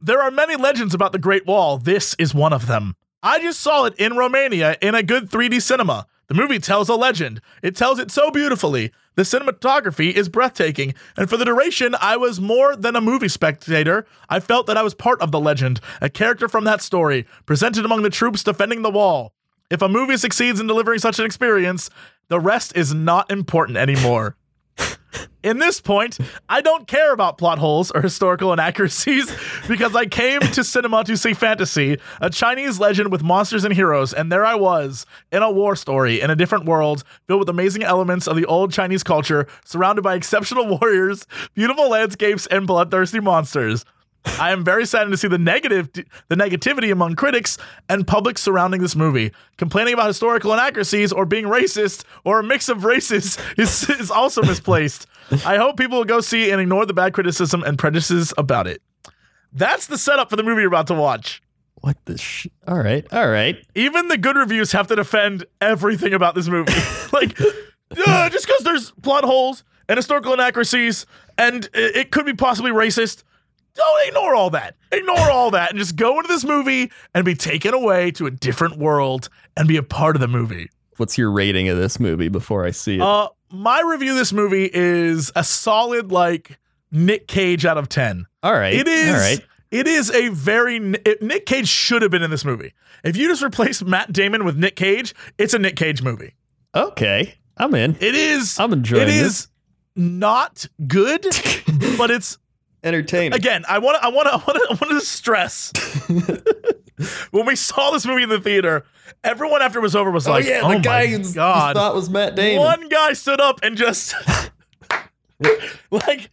Speaker 1: There are many legends about the Great Wall. This is one of them. I just saw it in Romania in a good 3D cinema. The movie tells a legend. It tells it so beautifully. The cinematography is breathtaking, and for the duration, I was more than a movie spectator. I felt that I was part of the legend, a character from that story, presented among the troops defending the wall. If a movie succeeds in delivering such an experience, the rest is not important anymore. In this point, I don't care about plot holes or historical inaccuracies <laughs> because I came to cinema to see fantasy, a Chinese legend with monsters and heroes, and there I was in a war story in a different world filled with amazing elements of the old Chinese culture, surrounded by exceptional <laughs> warriors, beautiful landscapes, and bloodthirsty monsters. I am very saddened to see the negative, the negativity among critics and public surrounding this movie. Complaining about historical inaccuracies or being racist or a mix of races <laughs> is, is also misplaced. I hope people will go see and ignore the bad criticism and prejudices about it. That's the setup for the movie you're about to watch.
Speaker 4: What the sh? All right, all right.
Speaker 1: Even the good reviews have to defend everything about this movie. like, "Ugh, just because there's plot holes and historical inaccuracies and it it could be possibly racist, don't ignore all that. Ignore all that and just go into this movie and be taken away to a different world and be a part of the movie.
Speaker 4: What's your rating of this movie before I see it?
Speaker 1: Uh, my review of this movie is a solid, like, Nick Cage out of 10.
Speaker 4: all right,
Speaker 1: It is.
Speaker 4: All right.
Speaker 1: It is a very it, Nick Cage should have been in this movie. If you just replace Matt Damon with Nick Cage, it's a Nick Cage movie.
Speaker 4: Okay, I'm in.
Speaker 1: It is.
Speaker 4: I'm enjoying
Speaker 1: It
Speaker 4: this.
Speaker 1: is not
Speaker 4: <laughs>
Speaker 1: good, but it's
Speaker 4: entertaining.
Speaker 1: again. I want. to I want. to I want. to I want to
Speaker 4: <laughs>
Speaker 1: stress. when we saw this movie in the theater, everyone after it was over was
Speaker 4: oh
Speaker 1: like,
Speaker 4: yeah,
Speaker 1: "Oh
Speaker 4: the guy
Speaker 1: my
Speaker 4: who
Speaker 1: God,
Speaker 4: thought was Matt Damon.
Speaker 1: one guy stood up and
Speaker 4: <laughs>
Speaker 1: just like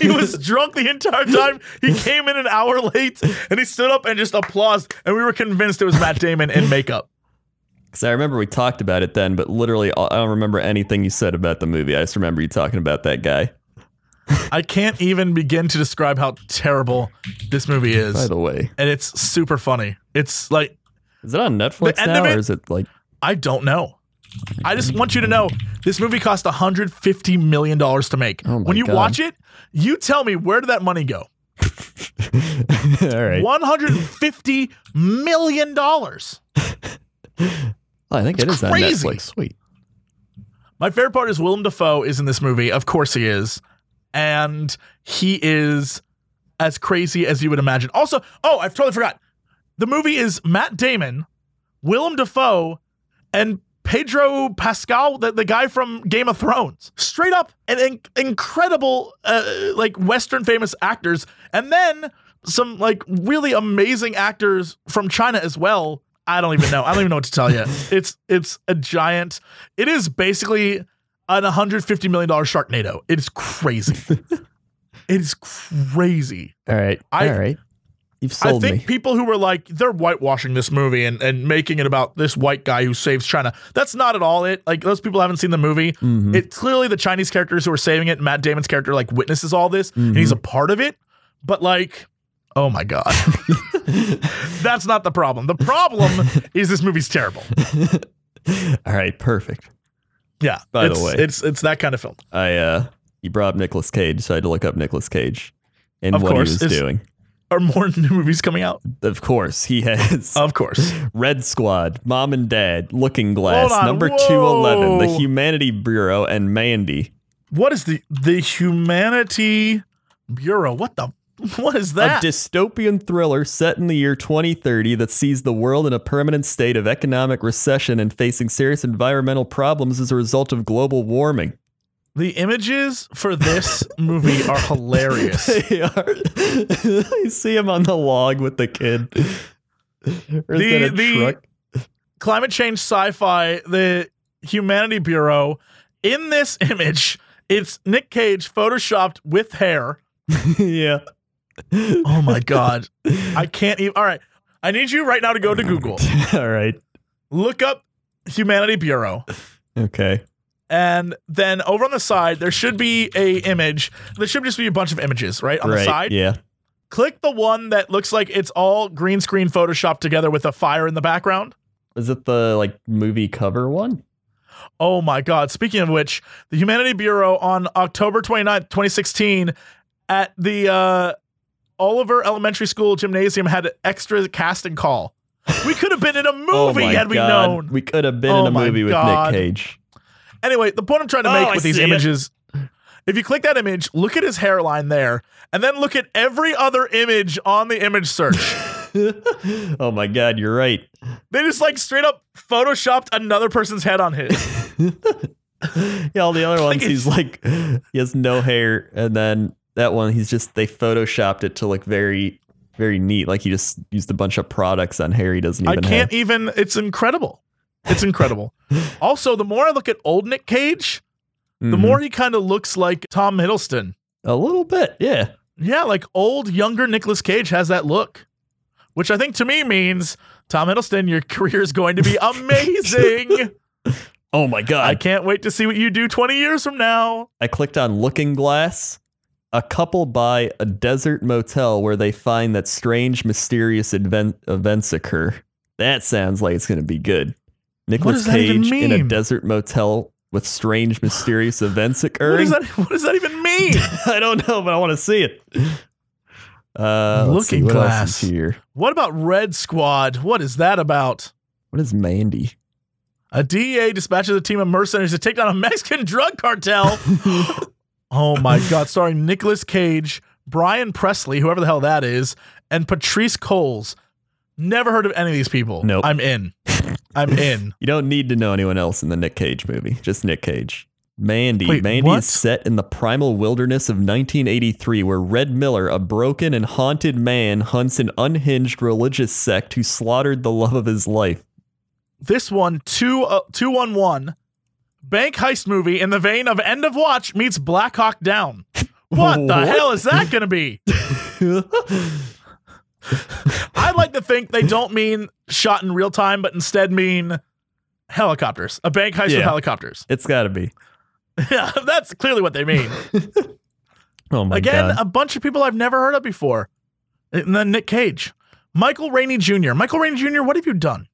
Speaker 1: he was drunk the entire time. He came in an hour late and he stood up and just applauded and we were convinced it was Matt Damon in makeup.
Speaker 4: Because I remember we talked about it then, but literally all- I don't remember anything you said about the movie. I just remember you talking about that guy.
Speaker 1: I can't even begin to describe how terrible this movie
Speaker 4: By
Speaker 1: is.
Speaker 4: the way,
Speaker 1: And it's super funny. It's like
Speaker 4: is it on Netflix
Speaker 1: The end
Speaker 4: now,
Speaker 1: of it-
Speaker 4: or is it like <laughs>
Speaker 1: I don't know. I just want you to know this movie cost 150 million dollars to make.
Speaker 4: Oh my
Speaker 1: when you
Speaker 4: God.
Speaker 1: watch it, you tell me where did that money go?
Speaker 4: all right?
Speaker 1: 150 million dollars.
Speaker 4: Oh, I think it
Speaker 1: It's
Speaker 4: is on
Speaker 1: crazy.
Speaker 4: Netflix. Sweet.
Speaker 1: My favorite part is Willem Dafoe is in this movie. Of course he is. And he is as crazy as you would imagine. Also, oh, I've totally forgot. The movie is Matt Damon, Willem Dafoe, and Pedro Pascal, the, the guy from Game of Thrones. Straight up an in- incredible, uh, like, Western famous actors. And then some, like, really amazing actors from China as well. I don't even know. I don't even know what to tell you. It's it's a giant. It is basically an 150 million dollar Sharknado. It's
Speaker 4: <laughs>
Speaker 1: crazy. it is crazy.
Speaker 4: All right.
Speaker 1: I-
Speaker 4: all right. You've sold
Speaker 1: I think
Speaker 4: me.
Speaker 1: people who were like, they're whitewashing this movie and, and making it about this white guy who saves China. That's not at all it. Like, those people haven't seen the movie.
Speaker 4: Mhm.
Speaker 1: It's clearly the Chinese characters who are saving it. Matt Damon's character, like, witnesses all this and
Speaker 4: Mm-hmm.
Speaker 1: he's a part of it. But, like, oh my
Speaker 4: <laughs>
Speaker 1: God. <laughs>
Speaker 4: Mm-hmm.
Speaker 1: That's not the problem. The
Speaker 4: <laughs>
Speaker 1: problem is this movie's terrible.
Speaker 4: all right. Perfect.
Speaker 1: Yeah.
Speaker 4: By the
Speaker 1: it's,
Speaker 4: way.
Speaker 1: it's it's that kind of film.
Speaker 4: I uh, you brought up Nicolas Cage, so I had to look up Nicolas Cage and
Speaker 1: Of
Speaker 4: what
Speaker 1: course,
Speaker 4: he was
Speaker 1: it's-
Speaker 4: doing.
Speaker 1: Are more <laughs> new movies coming out?
Speaker 4: Of course, he <laughs> has
Speaker 1: Of course.
Speaker 4: Red Squad, Mom and Dad, Looking Glass,
Speaker 1: Hold on,
Speaker 4: Number Two Eleven, The
Speaker 1: whoa.
Speaker 4: Humanity Bureau, and Mandy.
Speaker 1: What is the the Humanity Bureau? What the <laughs> what is that?
Speaker 4: A dystopian thriller set in the year 2030 that sees the world in a permanent state of economic recession and facing serious environmental problems as a result of global warming.
Speaker 1: The images for
Speaker 4: <laughs>
Speaker 1: this movie are hilarious.
Speaker 4: They are. <laughs> you see him on the log with the kid. Or is
Speaker 1: The-
Speaker 4: that a
Speaker 1: the-
Speaker 4: truck? <laughs>
Speaker 1: Climate change sci-fi, the Humanity Bureau. In this image, it's Nick Cage photoshopped with hair.
Speaker 4: yeah.
Speaker 1: Oh my god. I can't even All right. I need you right now to go to Google.
Speaker 4: <laughs> All right.
Speaker 1: Look up Humanity Bureau.
Speaker 4: Okay.
Speaker 1: And then over on the side, there should be a image. There should just be a bunch of images, right? On
Speaker 4: right.
Speaker 1: the side.
Speaker 4: Yeah.
Speaker 1: Click the one that looks like it's all green screen photoshopped together with a fire in the background.
Speaker 4: Is it the like movie cover one?
Speaker 1: Oh my God. Speaking of which, the Humanity Bureau on October 29th, 2016, at the uh, Oliver Elementary School Gymnasium had an extra casting call. We could have been in a movie
Speaker 4: <laughs> oh my
Speaker 1: had we
Speaker 4: God.
Speaker 1: known.
Speaker 4: We could have been
Speaker 1: Oh
Speaker 4: in a
Speaker 1: my
Speaker 4: movie
Speaker 1: God.
Speaker 4: with Nick Cage. <laughs>
Speaker 1: Anyway, the point I'm trying to
Speaker 4: Oh,
Speaker 1: make
Speaker 4: I
Speaker 1: with these
Speaker 4: see it.
Speaker 1: images. If you click that image, look at his hairline there, and then look at every other image on the image
Speaker 4: <laughs>
Speaker 1: search.
Speaker 4: oh my God, you're right. <laughs>
Speaker 1: they just like straight up photoshopped another person's head on his.
Speaker 4: yeah,
Speaker 1: <laughs>
Speaker 4: all the other
Speaker 1: Like
Speaker 4: ones
Speaker 1: it-
Speaker 4: he's like he has no hair, and then that one he's just they photoshopped it to look very, very neat. Like he just used a bunch of products on hair he doesn't
Speaker 1: I
Speaker 4: even
Speaker 1: can't even. It's incredible. It's incredible. also, the more I look at old Nick Cage,
Speaker 4: have.
Speaker 1: the
Speaker 4: Mhm.
Speaker 1: more he kind of looks like Tom Hiddleston.
Speaker 4: a little bit, yeah.
Speaker 1: Yeah, like old, younger Nicolas Cage has that look, which I think to me means Tom Hiddleston, your career is going to be amazing.
Speaker 4: Oh my god!
Speaker 1: I can't wait to see what you do 20 years from now.
Speaker 4: I clicked on Looking Glass. A couple buy a desert motel where they find that strange, mysterious event, events occur. That sounds like it's going to be good.
Speaker 1: does
Speaker 4: Nicholas
Speaker 1: that even
Speaker 4: Cage in a
Speaker 1: mean?
Speaker 4: desert motel with strange, mysterious events
Speaker 1: <laughs>
Speaker 4: occurring.
Speaker 1: What does that? What does that even mean?
Speaker 4: <laughs> I don't know, but I want to see it. Uh, let's see,
Speaker 1: Looking
Speaker 4: what else
Speaker 1: Glass.
Speaker 4: is here.
Speaker 1: what about Red Squad? What is that about?
Speaker 4: What is Mandy?
Speaker 1: A DEA dispatches a team of mercenaries to take down a Mexican drug
Speaker 4: <laughs>
Speaker 1: cartel. oh my God. Starring Nicolas Cage, Brian Presley, whoever the hell that is, and Patrice Coles. Never heard of any of these people.
Speaker 4: Nope.
Speaker 1: I'm in. I'm in.
Speaker 4: You don't need to know anyone else in the Nick Cage movie. Just Nick Cage. Mandy.
Speaker 1: Wait,
Speaker 4: Mandy
Speaker 1: what?
Speaker 4: is set in the primal wilderness of 1983, where Red Miller, a broken and haunted man, hunts an unhinged religious sect who slaughtered the love of his life. <laughs>
Speaker 1: This one, two, uh, 211, bank heist movie in the vein of End of Watch meets Black Hawk Down. What the
Speaker 4: What?
Speaker 1: hell is that going to be? I'd like to think they don't mean shot in real time, but instead mean helicopters. A bank heist
Speaker 4: Yeah.
Speaker 1: with helicopters.
Speaker 4: it's got to be.
Speaker 1: Yeah, <laughs> that's clearly what they mean.
Speaker 4: Oh my
Speaker 1: Again,
Speaker 4: god.
Speaker 1: a bunch of people I've never heard of before. And then Nick Cage, Michael Rainey Jr. Michael Rainey Jr. What have you done?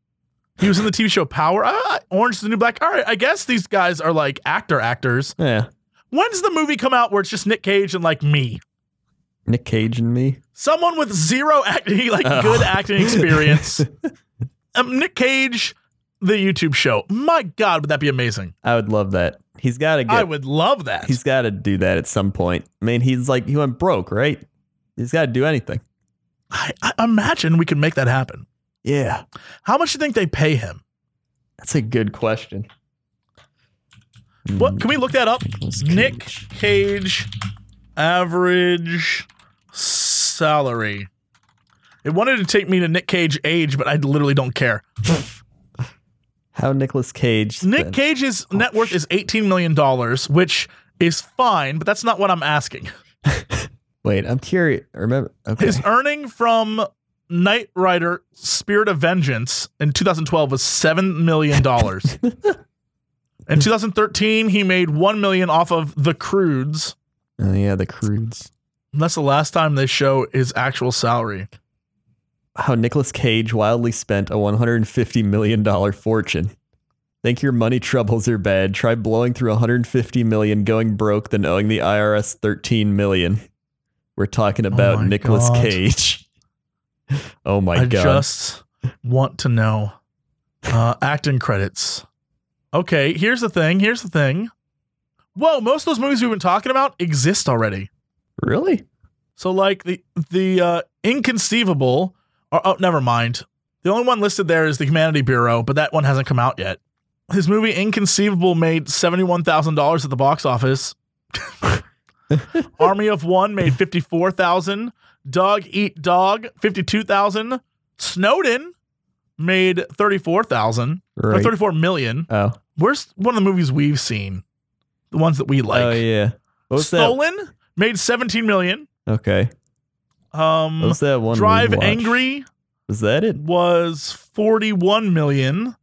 Speaker 1: He was in the TV show Power. Ah, Orange is the New Black. All right, I guess these guys are like actor actors.
Speaker 4: yeah.
Speaker 1: When's the movie come out where it's just Nick Cage and like me?
Speaker 4: Nick Cage and me.
Speaker 1: Someone with zero <laughs> acting, like
Speaker 4: Oh.
Speaker 1: good acting
Speaker 4: <laughs>
Speaker 1: experience. um, Nick Cage, the YouTube show. My God, would that be amazing?
Speaker 4: I would love that. He's got to get.
Speaker 1: I would love that.
Speaker 4: He's got to do that at some point. I mean, he's like he went broke, right? He's got to do anything.
Speaker 1: I, I imagine we could make that happen.
Speaker 4: Yeah,
Speaker 1: How much do you think they pay him?
Speaker 4: that's a good question.
Speaker 1: What can we look that up?
Speaker 4: Nicholas
Speaker 1: Nick
Speaker 4: Cage.
Speaker 1: Cage average salary. It wanted to take me to Nick Cage age, but I literally don't care.
Speaker 4: How Nicholas Cage?
Speaker 1: Nick
Speaker 4: spent-
Speaker 1: Cage's net worth is $18 million, which is fine, but that's not what I'm asking.
Speaker 4: Wait, I'm curious. Remember? Okay.
Speaker 1: His earning from Knight Rider Spirit of Vengeance in 2012 was $7 million. in 2013, he made $1 million off of The Crudes.
Speaker 4: oh yeah, the Crudes.
Speaker 1: That's the last time they show his actual salary.
Speaker 4: How Nicholas Cage wildly spent a 150 million dollar fortune. Think your money troubles are bad? Try blowing through 150 million, going broke, then owing the IRS 13 million. We're talking about
Speaker 1: Oh my
Speaker 4: Nicholas
Speaker 1: God.
Speaker 4: Cage. <laughs> Oh my
Speaker 1: I
Speaker 4: god!
Speaker 1: just want to know uh, acting credits. Okay, here's the thing. Here's the thing. Whoa, most of those movies we've been talking about exist already.
Speaker 4: really?
Speaker 1: So like the the uh, inconceivable. Or, oh, never mind. The only one listed there is the Humanity Bureau, but that one hasn't come out yet. His movie Inconceivable made seventy one thousand dollars at the box office. <laughs> Army of One made fifty four thousand. Dog Eat Dog fifty two thousand. Snowden made thirty four thousand or
Speaker 4: Right.
Speaker 1: thirty four million.
Speaker 4: oh.
Speaker 1: Where's one of the movies we've seen? The ones that we like.
Speaker 4: oh yeah. What was
Speaker 1: Stolen made seventeen million.
Speaker 4: that? Okay.
Speaker 1: Um,
Speaker 4: What was that one? we
Speaker 1: Drive
Speaker 4: watched?
Speaker 1: Angry
Speaker 4: Was that it?
Speaker 1: was 41 million.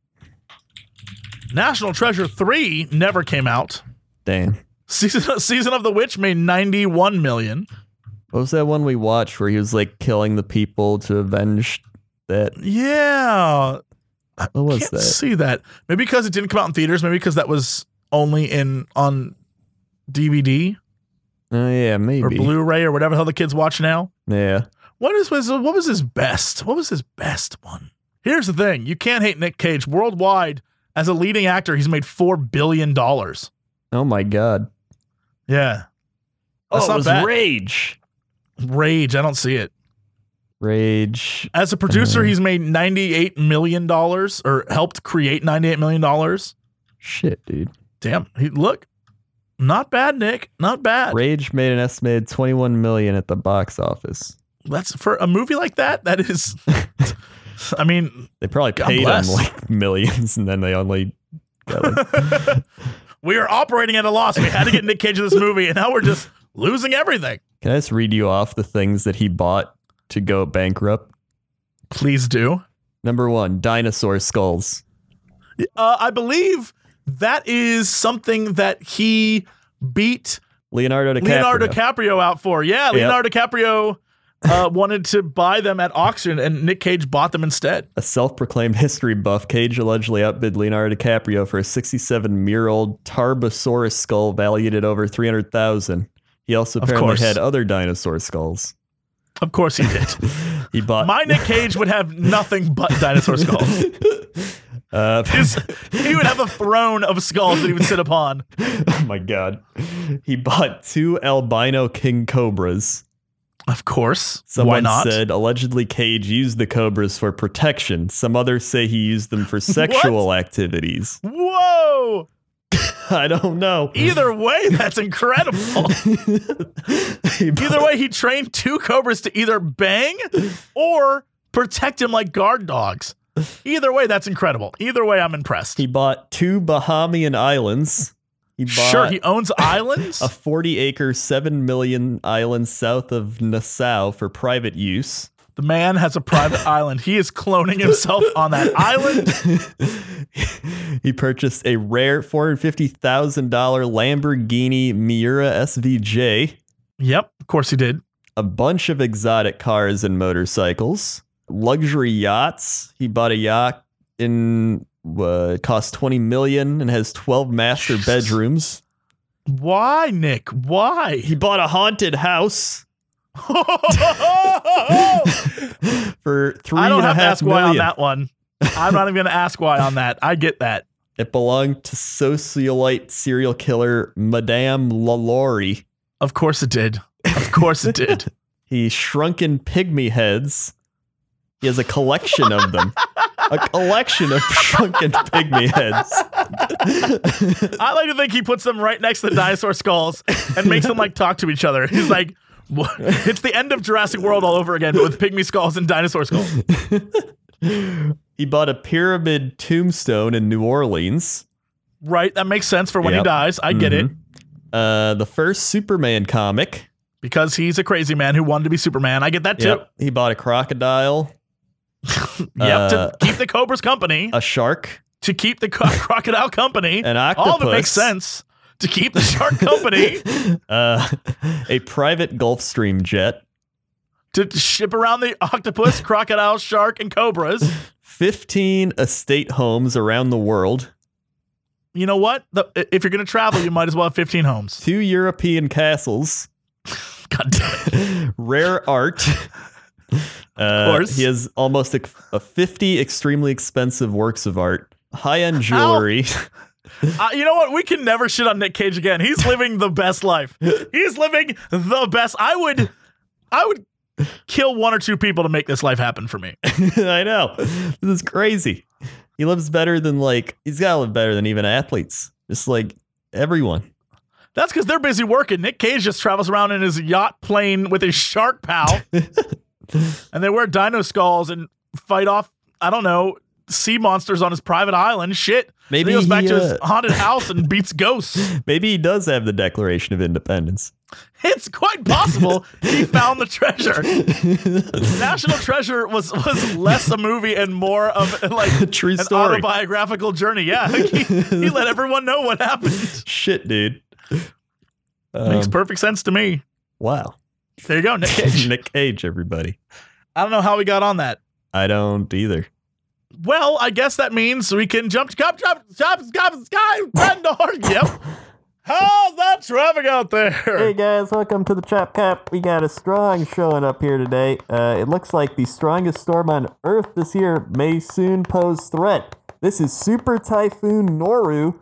Speaker 1: National Treasure 3 never came out.
Speaker 4: Damn.
Speaker 1: Season, <laughs> Season of the Witch made 91 million.
Speaker 4: What was that one we watched where he was like killing the people to avenge that?
Speaker 1: Yeah.
Speaker 4: What was
Speaker 1: Can't
Speaker 4: that?
Speaker 1: see that. Maybe because it didn't come out in theaters, maybe because that was only in on DVD
Speaker 4: Oh yeah,
Speaker 1: or
Speaker 4: maybe.
Speaker 1: Blu-ray or whatever the hell the kids watch now.
Speaker 4: yeah.
Speaker 1: What is was what was his best? What was his best one? Here's the thing: you can't hate Nick Cage worldwide as a leading actor. He's made four billion dollars.
Speaker 4: Oh my god.
Speaker 1: Yeah, That's
Speaker 4: oh,
Speaker 1: not
Speaker 4: it was
Speaker 1: bad.
Speaker 4: Rage.
Speaker 1: rage. I don't see it.
Speaker 4: Rage.
Speaker 1: As a producer,
Speaker 4: Uh.
Speaker 1: he's made ninety eight million dollars or helped create ninety eight million dollars.
Speaker 4: Shit, dude.
Speaker 1: Damn. He, look, not bad, Nick. Not bad.
Speaker 4: Rage made an estimated 21 million at the box office.
Speaker 1: That's for a movie like that. That is. <laughs> I mean,
Speaker 4: They probably
Speaker 1: God
Speaker 4: paid him
Speaker 1: bless.
Speaker 4: like <laughs> millions, and then they only got like
Speaker 1: we are operating at a loss. We had to get Nick Cage in this movie, and now we're just losing everything.
Speaker 4: Can I just read you off the things that he bought to go bankrupt?
Speaker 1: Please do.
Speaker 4: Number one, dinosaur skulls.
Speaker 1: Uh, I believe that is something that he beat
Speaker 4: Leonardo DiCaprio.
Speaker 1: Leonardo DiCaprio out for. Yeah, Leonardo DiCaprio uh, wanted to buy them at auction, and Nick Cage bought them instead.
Speaker 4: a self-proclaimed history buff, Cage allegedly outbid Leonardo DiCaprio for a 67-year-old Tarbosaurus skull valued at over 300,000. He also
Speaker 1: Of
Speaker 4: apparently
Speaker 1: course.
Speaker 4: had other dinosaur skulls.
Speaker 1: Of course, he did.
Speaker 4: <laughs> He bought
Speaker 1: My Nick Cage would have nothing but dinosaur skulls.
Speaker 4: Uh, <laughs>
Speaker 1: His- he would have a throne of skulls that he would sit upon.
Speaker 4: oh my god. He bought two albino king cobras.
Speaker 1: Of course.
Speaker 4: Someone
Speaker 1: Why not?
Speaker 4: said allegedly Cage used the cobras for protection. Some others say he
Speaker 1: <laughs>
Speaker 4: used them for sexual activities. <laughs>
Speaker 1: Whoa!
Speaker 4: I don't know.
Speaker 1: Either way, that's incredible.
Speaker 4: <laughs> He bought-
Speaker 1: Either way, he trained two cobras to either bang or protect him like guard dogs. Either way, that's incredible. Either way, I'm impressed.
Speaker 4: He bought two Bahamian islands. He
Speaker 1: <laughs>
Speaker 4: bought
Speaker 1: sure, he
Speaker 4: <laughs>
Speaker 1: owns islands.
Speaker 4: a 40 acre, 7 million island south of Nassau for private use.
Speaker 1: the man has a
Speaker 4: <laughs>
Speaker 1: private island. He is cloning himself on that island.
Speaker 4: he purchased a rare $450,000 Lamborghini Miura SVJ,
Speaker 1: Yep, of course he did.
Speaker 4: a bunch of exotic cars and motorcycles, luxury yachts. He bought a yacht in uh, it cost 20 million and has 12
Speaker 1: <laughs>
Speaker 4: master
Speaker 1: Jesus.
Speaker 4: bedrooms.
Speaker 1: Why, Nick? Why? <laughs>
Speaker 4: He bought a haunted house. <laughs> for three
Speaker 1: Oh! I don't
Speaker 4: and a
Speaker 1: have to
Speaker 4: half
Speaker 1: ask why on
Speaker 4: million.
Speaker 1: that one. I'm not even going to ask why on that. I get that.
Speaker 4: It belonged to socialite serial killer Madame LaLaurie.
Speaker 1: Of course it did. Of course it did.
Speaker 4: He shrunken pygmy heads. He has a collection of them. a collection
Speaker 1: <laughs>
Speaker 4: of shrunken pygmy heads.
Speaker 1: I like to think he puts them right next to the dinosaur skulls and makes them like talk to each other. He's like, "What?" it's the end of Jurassic World all over again but with pygmy skulls and dinosaur skulls.
Speaker 4: he bought a pyramid tombstone in New Orleans.
Speaker 1: Right? That makes sense for when he
Speaker 4: Yep.
Speaker 1: dies. I get it.
Speaker 4: Mhm. Uh, the first Superman comic.
Speaker 1: Because he's a crazy man who wanted to be Superman. I get that too.
Speaker 4: Yep. He bought a crocodile,
Speaker 1: Yep.
Speaker 4: Uh,
Speaker 1: to keep the Cobras company,
Speaker 4: <laughs> a shark,
Speaker 1: to keep the
Speaker 4: <laughs>
Speaker 1: co- crocodile company.
Speaker 4: an octopus.
Speaker 1: All that makes sense. To keep the shark
Speaker 4: <laughs>
Speaker 1: company,
Speaker 4: uh, a private Gulfstream jet,
Speaker 1: to ship around the octopus, crocodile, shark, and cobras.
Speaker 4: 15 estate homes around the world,
Speaker 1: You know what? The, if you're going to travel, you might as well have 15
Speaker 4: <laughs>
Speaker 1: homes.
Speaker 4: two European castles, <laughs>
Speaker 1: God damn it.
Speaker 4: rare art. <laughs> Uh,
Speaker 1: course.
Speaker 4: He has almost a, a 50 extremely expensive works of art, high end jewelry. <laughs>
Speaker 1: Uh, you know what? We can never shit on Nick Cage again. He's living the best life. He's living the best. I would, I would kill one or two people to make this life happen for me.
Speaker 4: I know. This is crazy. He lives better than, like, he's got to live better than even athletes. Just like everyone.
Speaker 1: That's because they're busy working. Nick Cage just travels around in his yacht plane with his shark
Speaker 4: <laughs>
Speaker 1: pal, and they wear dino skulls and fight off. I don't know sea monsters on his private island. Shit.
Speaker 4: Maybe
Speaker 1: he goes back
Speaker 4: he,
Speaker 1: to his
Speaker 4: uh,
Speaker 1: haunted house and beats ghosts.
Speaker 4: <laughs> Maybe he does have the Declaration of Independence.
Speaker 1: It's quite possible he found the treasure.
Speaker 4: <laughs>
Speaker 1: National Treasure was was less a movie and more of
Speaker 4: <laughs>
Speaker 1: like
Speaker 4: True
Speaker 1: an
Speaker 4: story.
Speaker 1: autobiographical journey. Yeah, <laughs> like, he, he let everyone know what
Speaker 4: <laughs>
Speaker 1: happened.
Speaker 4: Shit, dude.
Speaker 1: Makes
Speaker 4: Um,
Speaker 1: perfect sense to me.
Speaker 4: wow.
Speaker 1: There you go, Nick Cage.
Speaker 4: <laughs> Nick Cage, everybody.
Speaker 1: I don't know how we got on that.
Speaker 4: I don't either.
Speaker 1: Well, I guess that means we can jump, jump, jump, jump, jump, sky,
Speaker 4: <laughs>
Speaker 1: Brendor. Yep. How's that traffic out there?
Speaker 4: guys, welcome to the Chop Cap. We got a strong showing up here today. Uh, it looks like the strongest storm on Earth this year may soon pose threat. This is Super Typhoon Noru,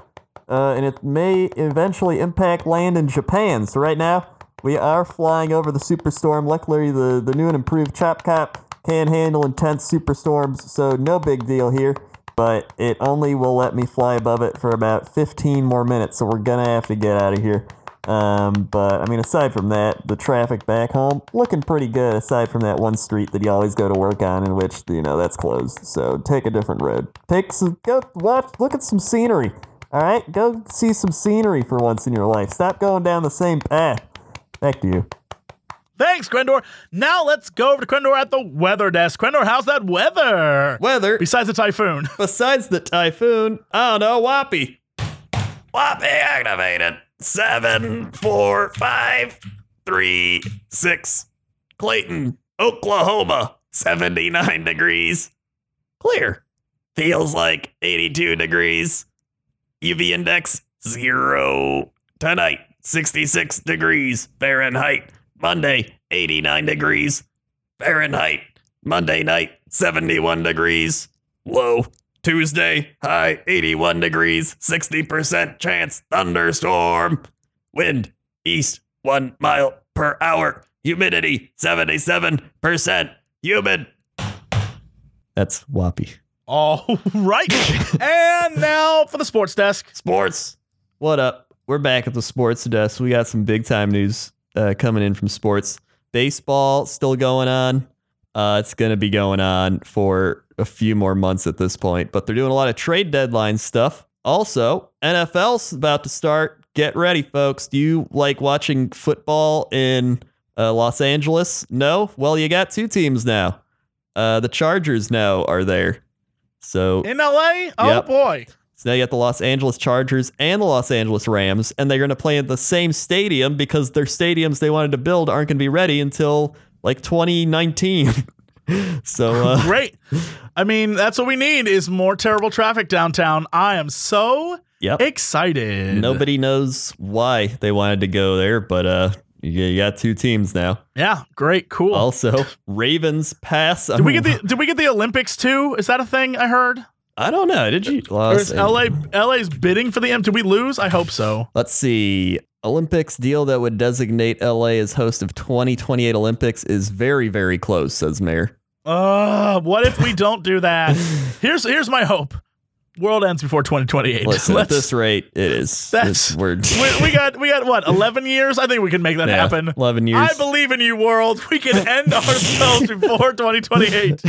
Speaker 4: uh, and it may eventually impact land in Japan. So right now, we are flying over the superstorm. Luckily, the, the new and improved Chop Cop can handle intense superstorms, so no big deal here. but it only will let me fly above it for about 15 more minutes, so we're gonna have to get out of here. Um, but I mean, aside from that, the traffic back home looking pretty good. Aside from that one street that you always go to work on, in which you know that's closed. So take a different road. Take some, go watch, look at some scenery. All right, go see some scenery for once in your life. Stop going down the same path. Back to you.
Speaker 1: Thanks, Grendor. Now let's go over to Grendor at the weather desk. Grendor, how's that weather?
Speaker 4: Weather
Speaker 1: Besides the
Speaker 4: <laughs>
Speaker 1: typhoon.
Speaker 4: besides the typhoon, I don't know, Whoppy. Whoppy activated. Seven, four, five, three, six. Clayton, Oklahoma, 79 degrees. Clear. Feels like 82 degrees. UV index, zero. Tonight, 66 degrees Fahrenheit. Monday, 89 degrees Fahrenheit. Monday night, 71 degrees. Low. Tuesday, high 81 degrees, 60% chance thunderstorm. Wind east 1 mile per hour. Humidity 77%. Humid. That's whoppy.
Speaker 1: All right. and now for the sports desk.
Speaker 4: Sports. What up? We're back at the sports desk. We got some big time news uh, coming in from sports. Baseball still going on. Uh, it's going to be going on for a few more months at this point, but they're doing a lot of trade deadline stuff. Also, NFL's about to start. Get ready, folks. Do you like watching football in uh, Los Angeles? No? Well, you got two teams now. Uh, the Chargers now are there. So
Speaker 1: In LA? Oh
Speaker 4: Yep.
Speaker 1: boy.
Speaker 4: so now you got the Los Angeles Chargers and the Los Angeles Rams, and they're going to play at the same stadium because their stadiums they wanted to build aren't going to be ready until like 2019. <laughs> so uh, <laughs>
Speaker 1: Great. I mean, that's what we need is more terrible traffic downtown. I am so
Speaker 4: yep,
Speaker 1: excited.
Speaker 4: nobody knows why they wanted to go there, but uh, you you got two teams now.
Speaker 1: Yeah, great, cool.
Speaker 4: Also, Ravens pass. Oh,
Speaker 1: did we get the did we get the Olympics too? Is that a thing I heard?
Speaker 4: I don't know. Did you?
Speaker 1: Or
Speaker 4: Los
Speaker 1: is LA LA's bidding for the M? Did we lose? I hope so.
Speaker 4: Let's see. Olympics deal that would designate LA as host of 2028 Olympics is very, very close, says Mayor.
Speaker 1: Uh, what if we don't do
Speaker 4: <laughs>
Speaker 1: that? Here's here's my hope. World ends before 2028.
Speaker 4: Listen,
Speaker 1: <laughs>
Speaker 4: at
Speaker 1: Let's-
Speaker 4: this rate,
Speaker 1: <laughs>
Speaker 4: it is.
Speaker 1: That's-
Speaker 4: it's- we're
Speaker 1: we,
Speaker 4: <laughs>
Speaker 1: we got we got what 11 years? I think we can make that
Speaker 4: yeah,
Speaker 1: happen.
Speaker 4: 11 years.
Speaker 1: I believe in you, world. We can end
Speaker 4: <laughs>
Speaker 1: ourselves before 2028.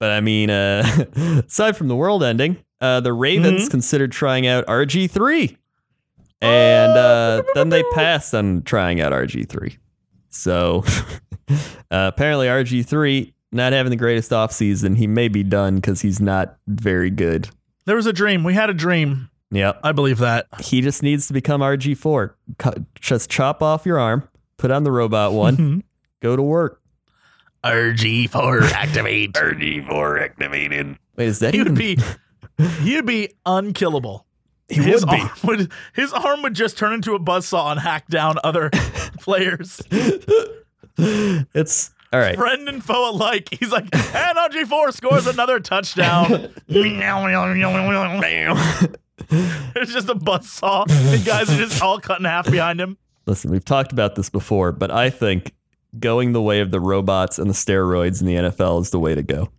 Speaker 4: but I mean, uh, <laughs> aside from the world ending, uh, the Ravens
Speaker 1: Mm-hmm.
Speaker 4: considered trying out RG3. And uh, then they passed on trying out RG3. So <laughs> uh, apparently, RG3 not having the greatest offseason. He may be done because he's not very good.
Speaker 1: There was a dream. We had a dream.
Speaker 4: Yep.
Speaker 1: I believe that.
Speaker 4: He just needs to become RG4. Cut, just chop off your arm, put on the
Speaker 1: <laughs>
Speaker 4: robot
Speaker 1: Mm-hmm.
Speaker 4: one, go to work.
Speaker 1: RG4
Speaker 4: <laughs>
Speaker 1: activate.
Speaker 2: RG4 activated.
Speaker 4: Wait, is that
Speaker 1: he
Speaker 4: even
Speaker 1: would be he'd be unkillable.
Speaker 4: <laughs> He
Speaker 1: his
Speaker 4: would be.
Speaker 1: arm would his arm would just turn into a buzzsaw and hack down
Speaker 4: <laughs>
Speaker 1: other players,
Speaker 4: it's all right.
Speaker 1: friend and foe alike. He's like, and RG4 scores another
Speaker 4: <laughs>
Speaker 1: touchdown. it's <laughs> just a buzzsaw. The guys are just all cut in half behind him.
Speaker 4: Listen, we've talked about this before, but I think going the way of the robots and the steroids in the NFL is the way to go.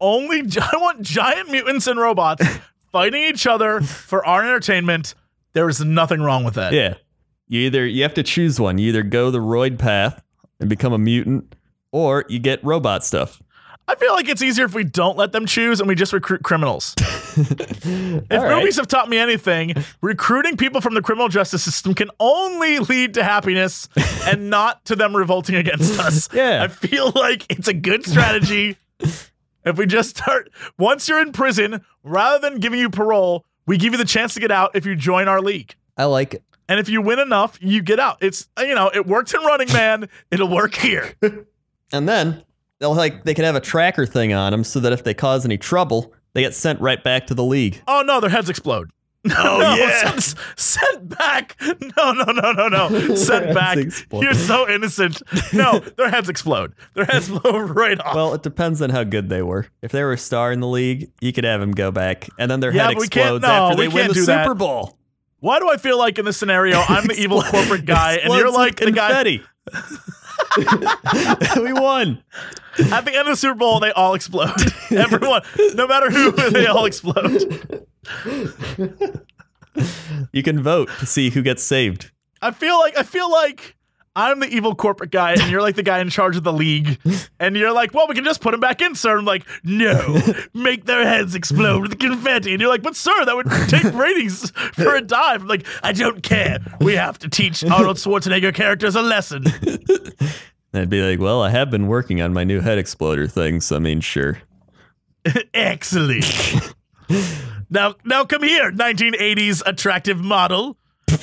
Speaker 1: Only gi- I want giant mutants and robots fighting each other for our entertainment. There is nothing wrong with that.
Speaker 4: Yeah. You either you have to choose one. You either go the roid path and become a mutant or you get robot stuff.
Speaker 1: I feel like it's easier if we don't let them choose and we just recruit criminals. If
Speaker 4: All right.
Speaker 1: movies have taught me anything, recruiting people from the criminal justice system can only lead to
Speaker 4: <laughs>
Speaker 1: happiness and not to them revolting against us.
Speaker 4: Yeah.
Speaker 1: I feel like it's a good strategy. if we just start, once you're in prison, rather than giving you parole, we give you the chance to get out if you join our league.
Speaker 4: I like it.
Speaker 1: And if you win enough, you get out. It's, you know, it worked in Running Man, it'll work here.
Speaker 4: And then they'll like they can have a tracker thing on them so that if they cause any trouble, they get sent right back to the league.
Speaker 1: Oh no, their heads explode. <laughs> Oh <laughs>
Speaker 4: yeah.
Speaker 1: sent, sent back. No, no, no, no,
Speaker 4: <laughs>
Speaker 1: no. <laughs> Sent
Speaker 4: Their
Speaker 1: back.
Speaker 4: heads explode.
Speaker 1: You're
Speaker 4: <laughs>
Speaker 1: so innocent. No, their heads explode. Their heads blow right <laughs> off.
Speaker 4: Well, it depends on how good they were. If they were a star in the league, you could have them go back, and then their
Speaker 1: Yeah,
Speaker 4: head
Speaker 1: but we can't-
Speaker 4: explodes
Speaker 1: no,
Speaker 4: after
Speaker 1: we
Speaker 4: they win
Speaker 1: can't
Speaker 4: the
Speaker 1: do
Speaker 4: Super
Speaker 1: that.
Speaker 4: Bowl.
Speaker 1: Why do I feel like in this scenario I'm the evil corporate guy and you're
Speaker 4: Explodes
Speaker 1: like
Speaker 4: with
Speaker 1: the guy?
Speaker 4: confetti.
Speaker 1: <laughs>
Speaker 4: <laughs> we won.
Speaker 1: At the end of the Super Bowl, they all explode. <laughs> Everyone, no matter who, they all explode.
Speaker 4: You can vote to see who gets saved.
Speaker 1: I feel like I feel like I'm the evil corporate guy, and you're like the guy in charge of the league, and you're like, "Well, we can just put him back in, sir." I'm like, "No, make their heads explode with confetti," and you're like, "But sir, that would take ratings for a dive." I'm like, "I don't care. We have to teach Arnold Schwarzenegger characters a lesson."
Speaker 4: And I'd be like, well, I have been working on my new head exploder thing, so I mean, sure.
Speaker 1: Excellent. now, now come here, 1980s attractive model,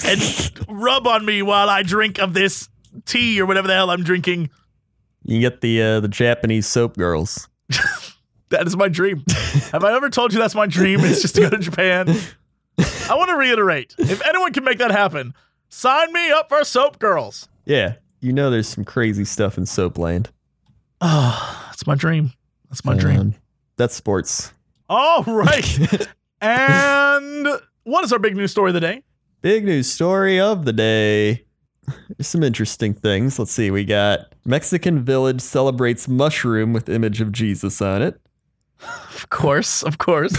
Speaker 1: and rub on me while I drink of this tea or whatever the hell I'm drinking.
Speaker 4: You get the uh, the Japanese soap girls.
Speaker 1: That is my <laughs> dream. Have I ever told you that's my dream? It's just to go to <laughs> Japan. I want to reiterate if anyone can make that happen, sign me up for Soap Girls.
Speaker 4: Yeah, you know, there's some crazy stuff in Soapland.
Speaker 1: Oh, that's my dream. That's my dream.
Speaker 4: Um, that's sports.
Speaker 1: All <laughs> right. and what is our big news story of the day?
Speaker 4: Big news story of the day. There's some interesting things. Let's see. We got Mexican village celebrates mushroom with image of Jesus on it.
Speaker 1: Of course, of course.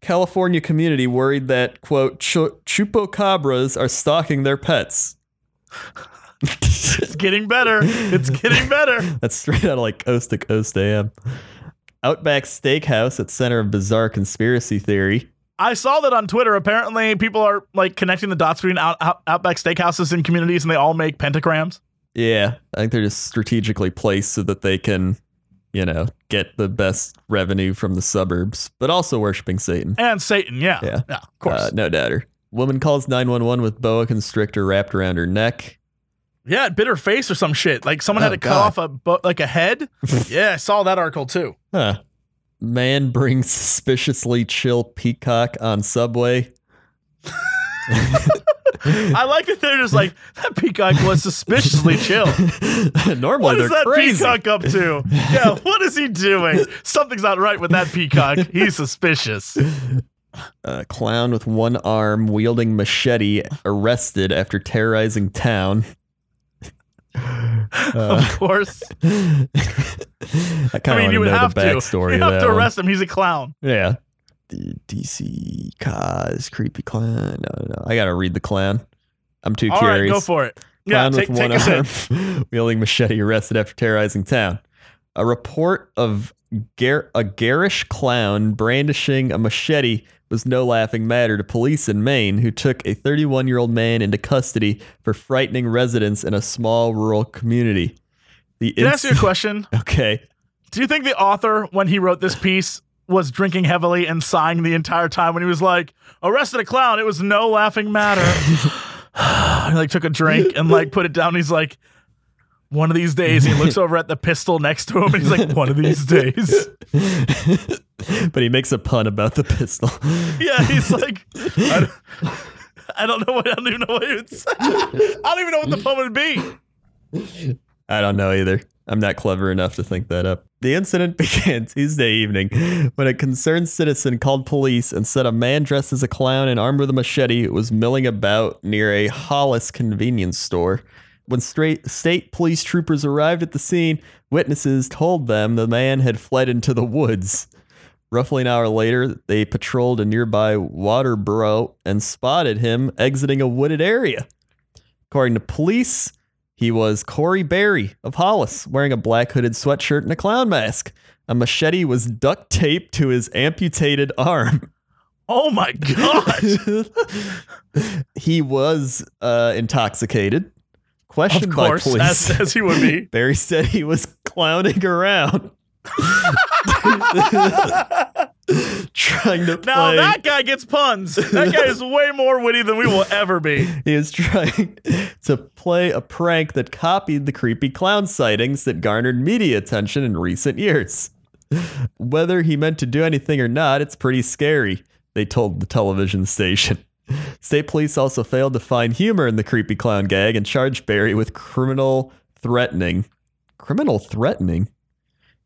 Speaker 4: California community worried that quote chu- chupacabras are stalking their pets. <laughs>
Speaker 1: It's getting better. <laughs> It's getting better.
Speaker 4: That's straight out of like coast to coast AM. Outback Steakhouse at center of bizarre conspiracy theory.
Speaker 1: I saw that on Twitter. Apparently, people are like connecting the dots between out, out, outback steakhouses and communities, and they all make pentagrams.
Speaker 4: Yeah, I think they're just strategically placed so that they can, you know, get the best revenue from the suburbs, but also worshiping Satan.
Speaker 1: And Satan, yeah,
Speaker 4: Yeah.
Speaker 1: of course,
Speaker 4: Uh, no doubter. Woman calls 911 with boa constrictor wrapped around her neck.
Speaker 1: yeah. Bitter face or some shit. Like someone had
Speaker 4: Oh,
Speaker 1: to cut
Speaker 4: God.
Speaker 1: off a bo- like a
Speaker 4: <laughs>
Speaker 1: head. yeah, I saw that article too.
Speaker 4: Huh. Man <laughs> brings suspiciously chill peacock on subway.
Speaker 1: I like that they're just like that peacock
Speaker 4: <laughs>
Speaker 1: was suspiciously chill.
Speaker 4: Normally
Speaker 1: What
Speaker 4: they're
Speaker 1: is that
Speaker 4: crazy.
Speaker 1: peacock up
Speaker 4: <laughs>
Speaker 1: to? Yeah, what is he doing? Something's not right with that peacock.
Speaker 4: <laughs>
Speaker 1: He's suspicious.
Speaker 4: A clown with one arm wielding machete arrested after
Speaker 1: <laughs>
Speaker 4: terrorizing town. Uh,
Speaker 1: Of course.
Speaker 4: I
Speaker 1: I
Speaker 4: kind of
Speaker 1: mean, you would
Speaker 4: know
Speaker 1: have
Speaker 4: the
Speaker 1: to. you
Speaker 4: backstory of
Speaker 1: have
Speaker 4: that
Speaker 1: to
Speaker 4: one.
Speaker 1: arrest him. He's a clown.
Speaker 4: Yeah. The DC cause creepy clown. No, no, no. I gotta read the clown. I'm too
Speaker 1: All right,
Speaker 4: curious.
Speaker 1: go for it. Yeah,
Speaker 4: Clown
Speaker 1: take,
Speaker 4: with
Speaker 1: take a
Speaker 4: one
Speaker 1: sip.
Speaker 4: arm, <laughs> wielding machete, arrested after terrorizing town. A report of gar- a garish clown brandishing a machete was no laughing matter to police in Maine, who took a 31 year old man into custody for frightening residents in a small rural community. The
Speaker 1: Can I ask you
Speaker 4: <laughs>
Speaker 1: a
Speaker 4: inc-
Speaker 1: question?
Speaker 4: okay.
Speaker 1: Do you think the author, when he wrote this piece, was drinking heavily and sighing the entire time when he was like, arrested a clown? It was no laughing matter. <sighs> he like took a drink and like put it down. he's like, one of these days, he looks over at the pistol next to him and he's like, one of these days.
Speaker 4: <laughs> but he makes a pun about the pistol.
Speaker 1: <laughs> Yeah, he's like, I don't, I don't know what, I don't even know what it would say. I don't even know what the poem would be.
Speaker 4: I don't know either. I'm not clever enough to think that up. The incident <laughs> began Tuesday evening when a concerned citizen called police and said a man dressed as a clown and armed with a machete was milling about near a Hollis convenience store. When straight state police troopers arrived at the scene, witnesses told them the man had fled into the woods. Roughly an hour later, they patrolled a nearby water borough and spotted him exiting a wooded area. According to police, he was Corey Barry of Hollis, wearing a black hooded sweatshirt and a clown mask. A machete was duct taped to his amputated arm.
Speaker 1: Oh my God.
Speaker 4: <laughs> he was uh, intoxicated.
Speaker 1: Of
Speaker 4: Questioned by
Speaker 1: course,
Speaker 4: police.
Speaker 1: as, as he would be.
Speaker 4: <laughs> Barry said he was
Speaker 1: <laughs>
Speaker 4: clowning around, <laughs> trying to play.
Speaker 1: Now that guy gets puns. That guy is way more witty than we will ever be.
Speaker 4: He was trying <laughs> to play a prank that copied the creepy clown sightings that garnered media attention in recent years. <laughs> Whether he meant to do anything or not, it's pretty scary, they told the television station. <laughs> State police also failed to find humor in the creepy clown gag and charged Barry with criminal threatening. Criminal threatening?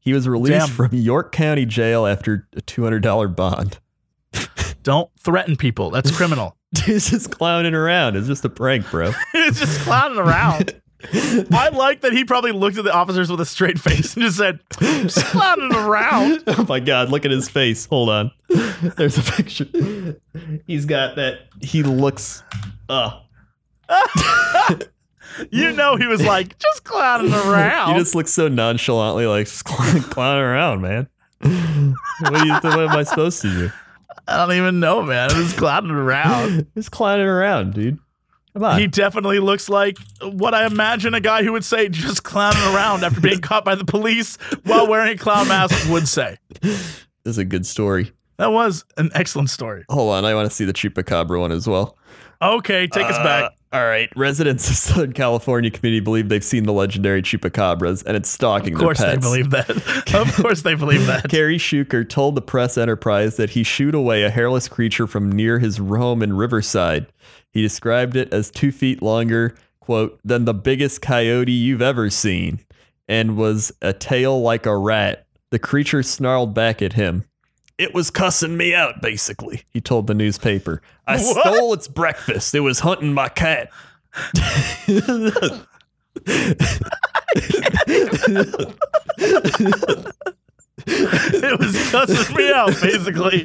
Speaker 4: He was
Speaker 1: Damn.
Speaker 4: released from York County Jail after a $200 bond.
Speaker 1: <laughs>
Speaker 4: <laughs>
Speaker 1: Don't threaten <laughs> people. That's criminal.
Speaker 4: He's just clowning around. It's just a prank, bro. <laughs>
Speaker 1: He's just clowning around. I like that he probably looked at the officers with a straight face and just said, "Slotted around."
Speaker 4: <laughs> oh my god, look at his face. Hold on. There's a picture. He's got that he looks uh
Speaker 1: You know, he was like, "Just <laughs> clowning around."
Speaker 4: He just looks so nonchalantly like just clown, clown around, man. what, do you, what am I supposed to do?
Speaker 1: I don't even know, man. I'm just clowning around.
Speaker 4: Just clowning around, dude. Come
Speaker 1: <laughs>
Speaker 4: on.
Speaker 1: He definitely looks like what I imagine a guy who would say just clowning around after being caught by the police while wearing a clown mask would say.
Speaker 4: this is a good story.
Speaker 1: That was an excellent story.
Speaker 4: Hold on, I want to see the chupacabra one as well.
Speaker 1: Okay, take us
Speaker 4: Uh,
Speaker 1: back.
Speaker 4: All right. Residents of Southern California community believe they've seen the legendary chupacabras and it's stalking
Speaker 1: Of course
Speaker 4: their
Speaker 1: they
Speaker 4: pets.
Speaker 1: believe
Speaker 4: <laughs>
Speaker 1: that. Of course they believe that.
Speaker 4: Carrie Shuker told the Press Enterprise that he shooed away a hairless creature from near his home in Riverside. He described it as two feet longer, quote, than the biggest coyote you've ever seen, and was a tail like a rat. The creature snarled back at him. It was cussing me out, basically, he told the newspaper. I
Speaker 1: What?
Speaker 4: stole its breakfast. It was hunting my cat.
Speaker 1: It was cussing me out, basically.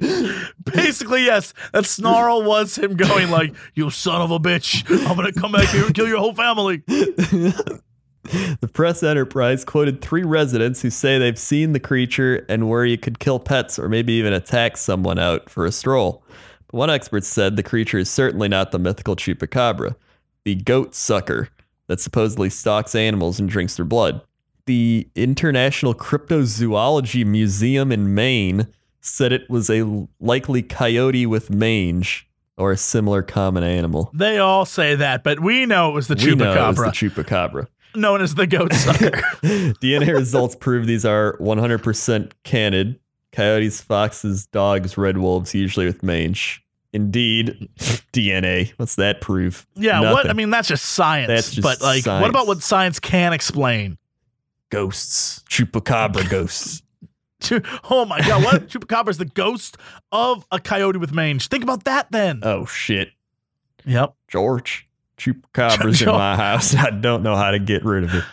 Speaker 1: Basically, yes. That snarl was him going like, "You son of a bitch! I'm gonna come back here and kill your whole family."
Speaker 4: The Press Enterprise quoted three residents who say they've seen the creature and worry it could kill pets or maybe even attack someone out for a stroll. But one expert said the creature is certainly not the mythical chupacabra, the goat sucker that supposedly stalks animals and drinks their blood. The International Cryptozoology Museum in Maine said it was a likely coyote with mange or a similar common animal.
Speaker 1: They all say that, but we know it was the
Speaker 4: We know it was
Speaker 1: chupacabra,
Speaker 4: the chupacabra.
Speaker 1: known as the
Speaker 4: <laughs>
Speaker 1: goat sucker.
Speaker 4: DNA results prove these are 100% canid. Coyotes, foxes, dogs, red wolves, usually with mange. Indeed, <laughs> DNA. What's that prove?
Speaker 1: Yeah, what
Speaker 4: Nothing.
Speaker 1: I mean that's just science.
Speaker 4: That's just
Speaker 1: but like what
Speaker 4: science.
Speaker 1: about what science can explain? <laughs>
Speaker 4: Ghosts. Chupacabra ghosts.
Speaker 1: Chu- Oh my god, what if Chupacabra is the ghost of a coyote with mange? Think about that then.
Speaker 4: Oh, shit.
Speaker 1: yep.
Speaker 4: George. Chupacabra's
Speaker 1: <laughs>
Speaker 4: in
Speaker 1: George.
Speaker 4: my house. I don't know how to get rid of it.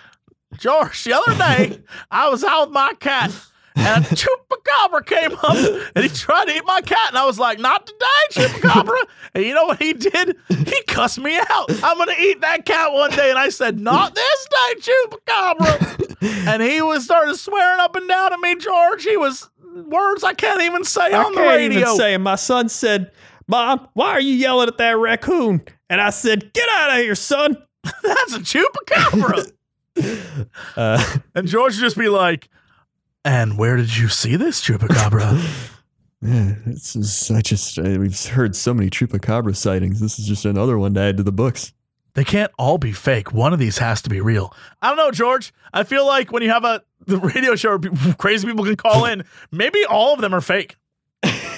Speaker 1: George, the other <laughs> day I was out with my cat <laughs> and a chupacabra came up and he tried to eat my cat and I was like, not today, chupacabra. And you know what he did? He cussed me out. I'm gonna eat that cat one day. And I said, not this day, chupacabra. <laughs> And he was started swearing up and down at me, George. He was words I can't even say on the radio.
Speaker 4: My son said, Mom, why are you yelling at that raccoon? And I said, Get out of here, son.
Speaker 1: <laughs> That's a chupacabra.
Speaker 4: Uh,
Speaker 1: <laughs> and George would just be like, and where did you see this chupacabra?
Speaker 4: Yeah, it's just, I just I, we've heard so many chupacabra sightings. This is just another one to add to the books. <laughs>
Speaker 1: they can't all be fake. One of these has to be real. I don't know, George. I feel like when you have a the radio show where pe- <laughs> crazy people can call in, maybe all of them are fake.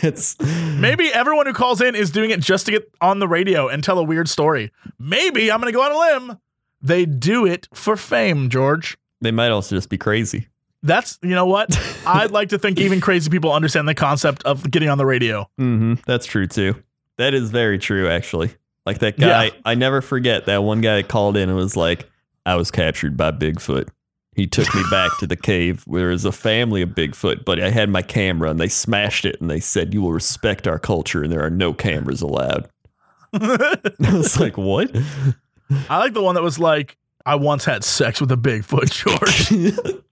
Speaker 4: it's
Speaker 1: Maybe everyone who calls in is doing it just to get on the radio and tell a weird story. Maybe I'm going to go on a limb. They do it for fame, George.
Speaker 4: they might also just be crazy.
Speaker 1: That's, you know what? I'd like to think even crazy people understand the concept of getting on the radio. <laughs>
Speaker 4: Mm-hmm. That's true too. That is very true, actually. Like that guy,
Speaker 1: Yeah.
Speaker 4: I never forget that one guy that called in and was like, "I was captured by Bigfoot." He took me back to the cave where there's a family of Bigfoot, but I had my camera and they smashed it and they said, "You will respect our culture and there are no cameras allowed." <laughs> I was like, "What?" <laughs>
Speaker 1: I like the one that was like, I once had sex with a Bigfoot, <laughs> George.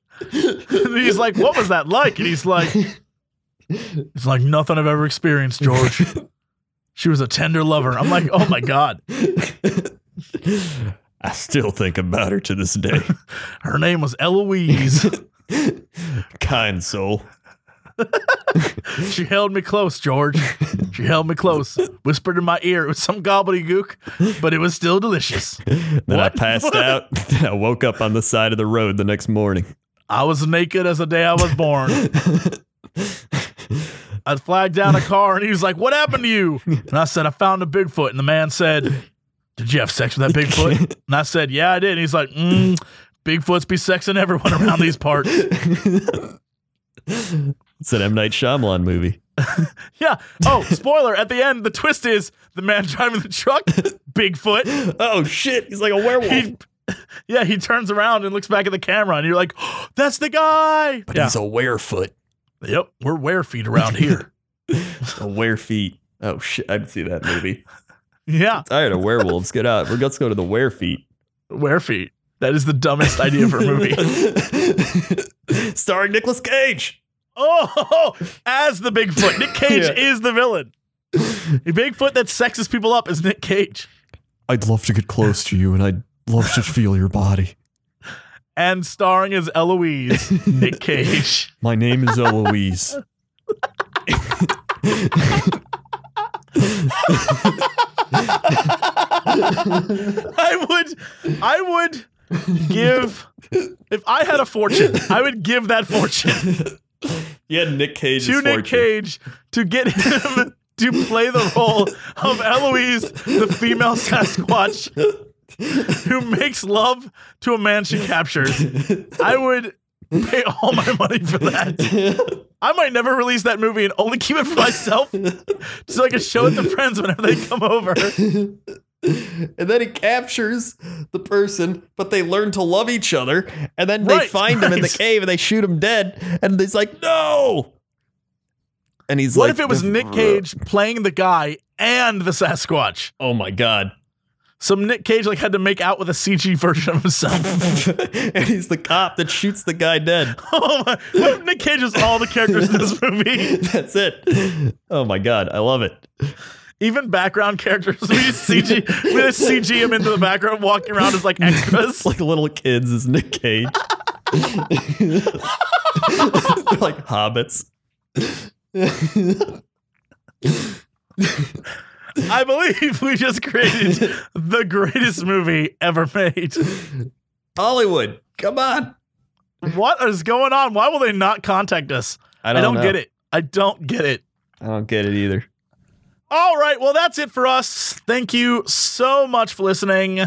Speaker 1: and he's like, what was that like? And he's like, it's like nothing I've ever experienced, George. She was a tender lover. I'm like, oh my God.
Speaker 4: I still think about her to this day.
Speaker 1: Her name was Eloise.
Speaker 4: kind soul.
Speaker 1: She held me close, George. She held me close. Whispered in my ear. It was some gobbledygook, but it was still delicious.
Speaker 4: Then I
Speaker 1: What? <laughs>
Speaker 4: passed
Speaker 1: What?
Speaker 4: out. <laughs> Then I woke up on the side of the road the next morning.
Speaker 1: I was naked as the day I was
Speaker 5: <laughs>
Speaker 1: born. I flagged down a car and he was like, What happened to you? And I said, I found a Bigfoot. And the man said, Did you have sex with that Bigfoot? And I said, Yeah, I did. And he's like, mm, Bigfoots be sexing everyone around
Speaker 5: <laughs>
Speaker 1: these parts.
Speaker 4: It's an M Night Shyamalan movie.
Speaker 1: Yeah. Oh, spoiler. At the end, the <laughs> twist is the man driving the truck, Bigfoot.
Speaker 4: Oh shit! He's like a werewolf.
Speaker 1: He, yeah, he turns around and looks back at the camera, and you're like, "That's the guy."
Speaker 5: But
Speaker 1: yeah.
Speaker 5: he's a werefoot.
Speaker 1: yep, we're wear feet
Speaker 5: <laughs>
Speaker 1: around here.
Speaker 4: A wear feet. Oh shit! I didn't see
Speaker 1: <laughs>
Speaker 4: that movie.
Speaker 1: yeah,
Speaker 4: Tired of werewolves. Get up. We're- Let's go to the wear feet.
Speaker 1: wear feet. That is the dumbest idea for a movie. <laughs>
Speaker 4: <laughs> Starring Nicolas Cage.
Speaker 1: Oh, as the Bigfoot, Nick Cage
Speaker 4: Yeah.
Speaker 1: is the villain. The Bigfoot that sexes people up is Nick Cage.
Speaker 5: I'd love to get close to you, and I'd love to feel your body.
Speaker 1: And starring as Eloise, Nick Cage.
Speaker 5: My name
Speaker 1: <laughs>
Speaker 5: is Eloise.
Speaker 1: I would, I would give, if I had a fortune, I would give that fortune
Speaker 4: You had Nick Cage.
Speaker 1: to Nick Cage to get him <laughs> to play the role of Eloise, the female Sasquatch who makes love to a man she captures. I would pay all my money for that. I might never release that movie and only keep it for myself so I can show it to friends whenever they come over.
Speaker 4: <laughs> and then he captures the person, but they learn to love each other. And then they
Speaker 1: Right,
Speaker 4: find him in the
Speaker 1: right.
Speaker 4: cave and they shoot him dead. And he's like, no. And he's
Speaker 1: What
Speaker 4: like,
Speaker 1: if it was Nick Cage playing the guy and the Sasquatch?
Speaker 4: Oh my God. <laughs>
Speaker 1: Some Nick Cage like had to make out with a CG version of himself.
Speaker 4: and he's the cop that shoots the guy dead. <laughs>
Speaker 1: <laughs> oh my! What if Nick Cage is all the characters in this movie?
Speaker 4: That's it. Oh my God. I love it.
Speaker 1: Even background characters, we just CG, we just CG him into the background, walking around as like extras.
Speaker 4: It's <laughs> like little kids is Nick Cage. <laughs> They're
Speaker 1: <laughs>
Speaker 4: like hobbits.
Speaker 1: I believe we just created the greatest movie ever made.
Speaker 4: Hollywood, come on.
Speaker 1: What is going on? Why will they not contact us? I don't,
Speaker 4: know.
Speaker 1: get it. I don't get it.
Speaker 4: I don't get it either.
Speaker 1: All right. Well, that's it for us. Thank you so much for listening.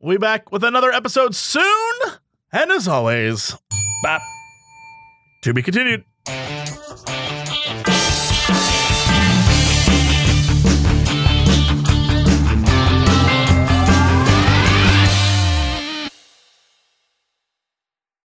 Speaker 1: We'll be back with another episode soon. And as always, bop. To be continued.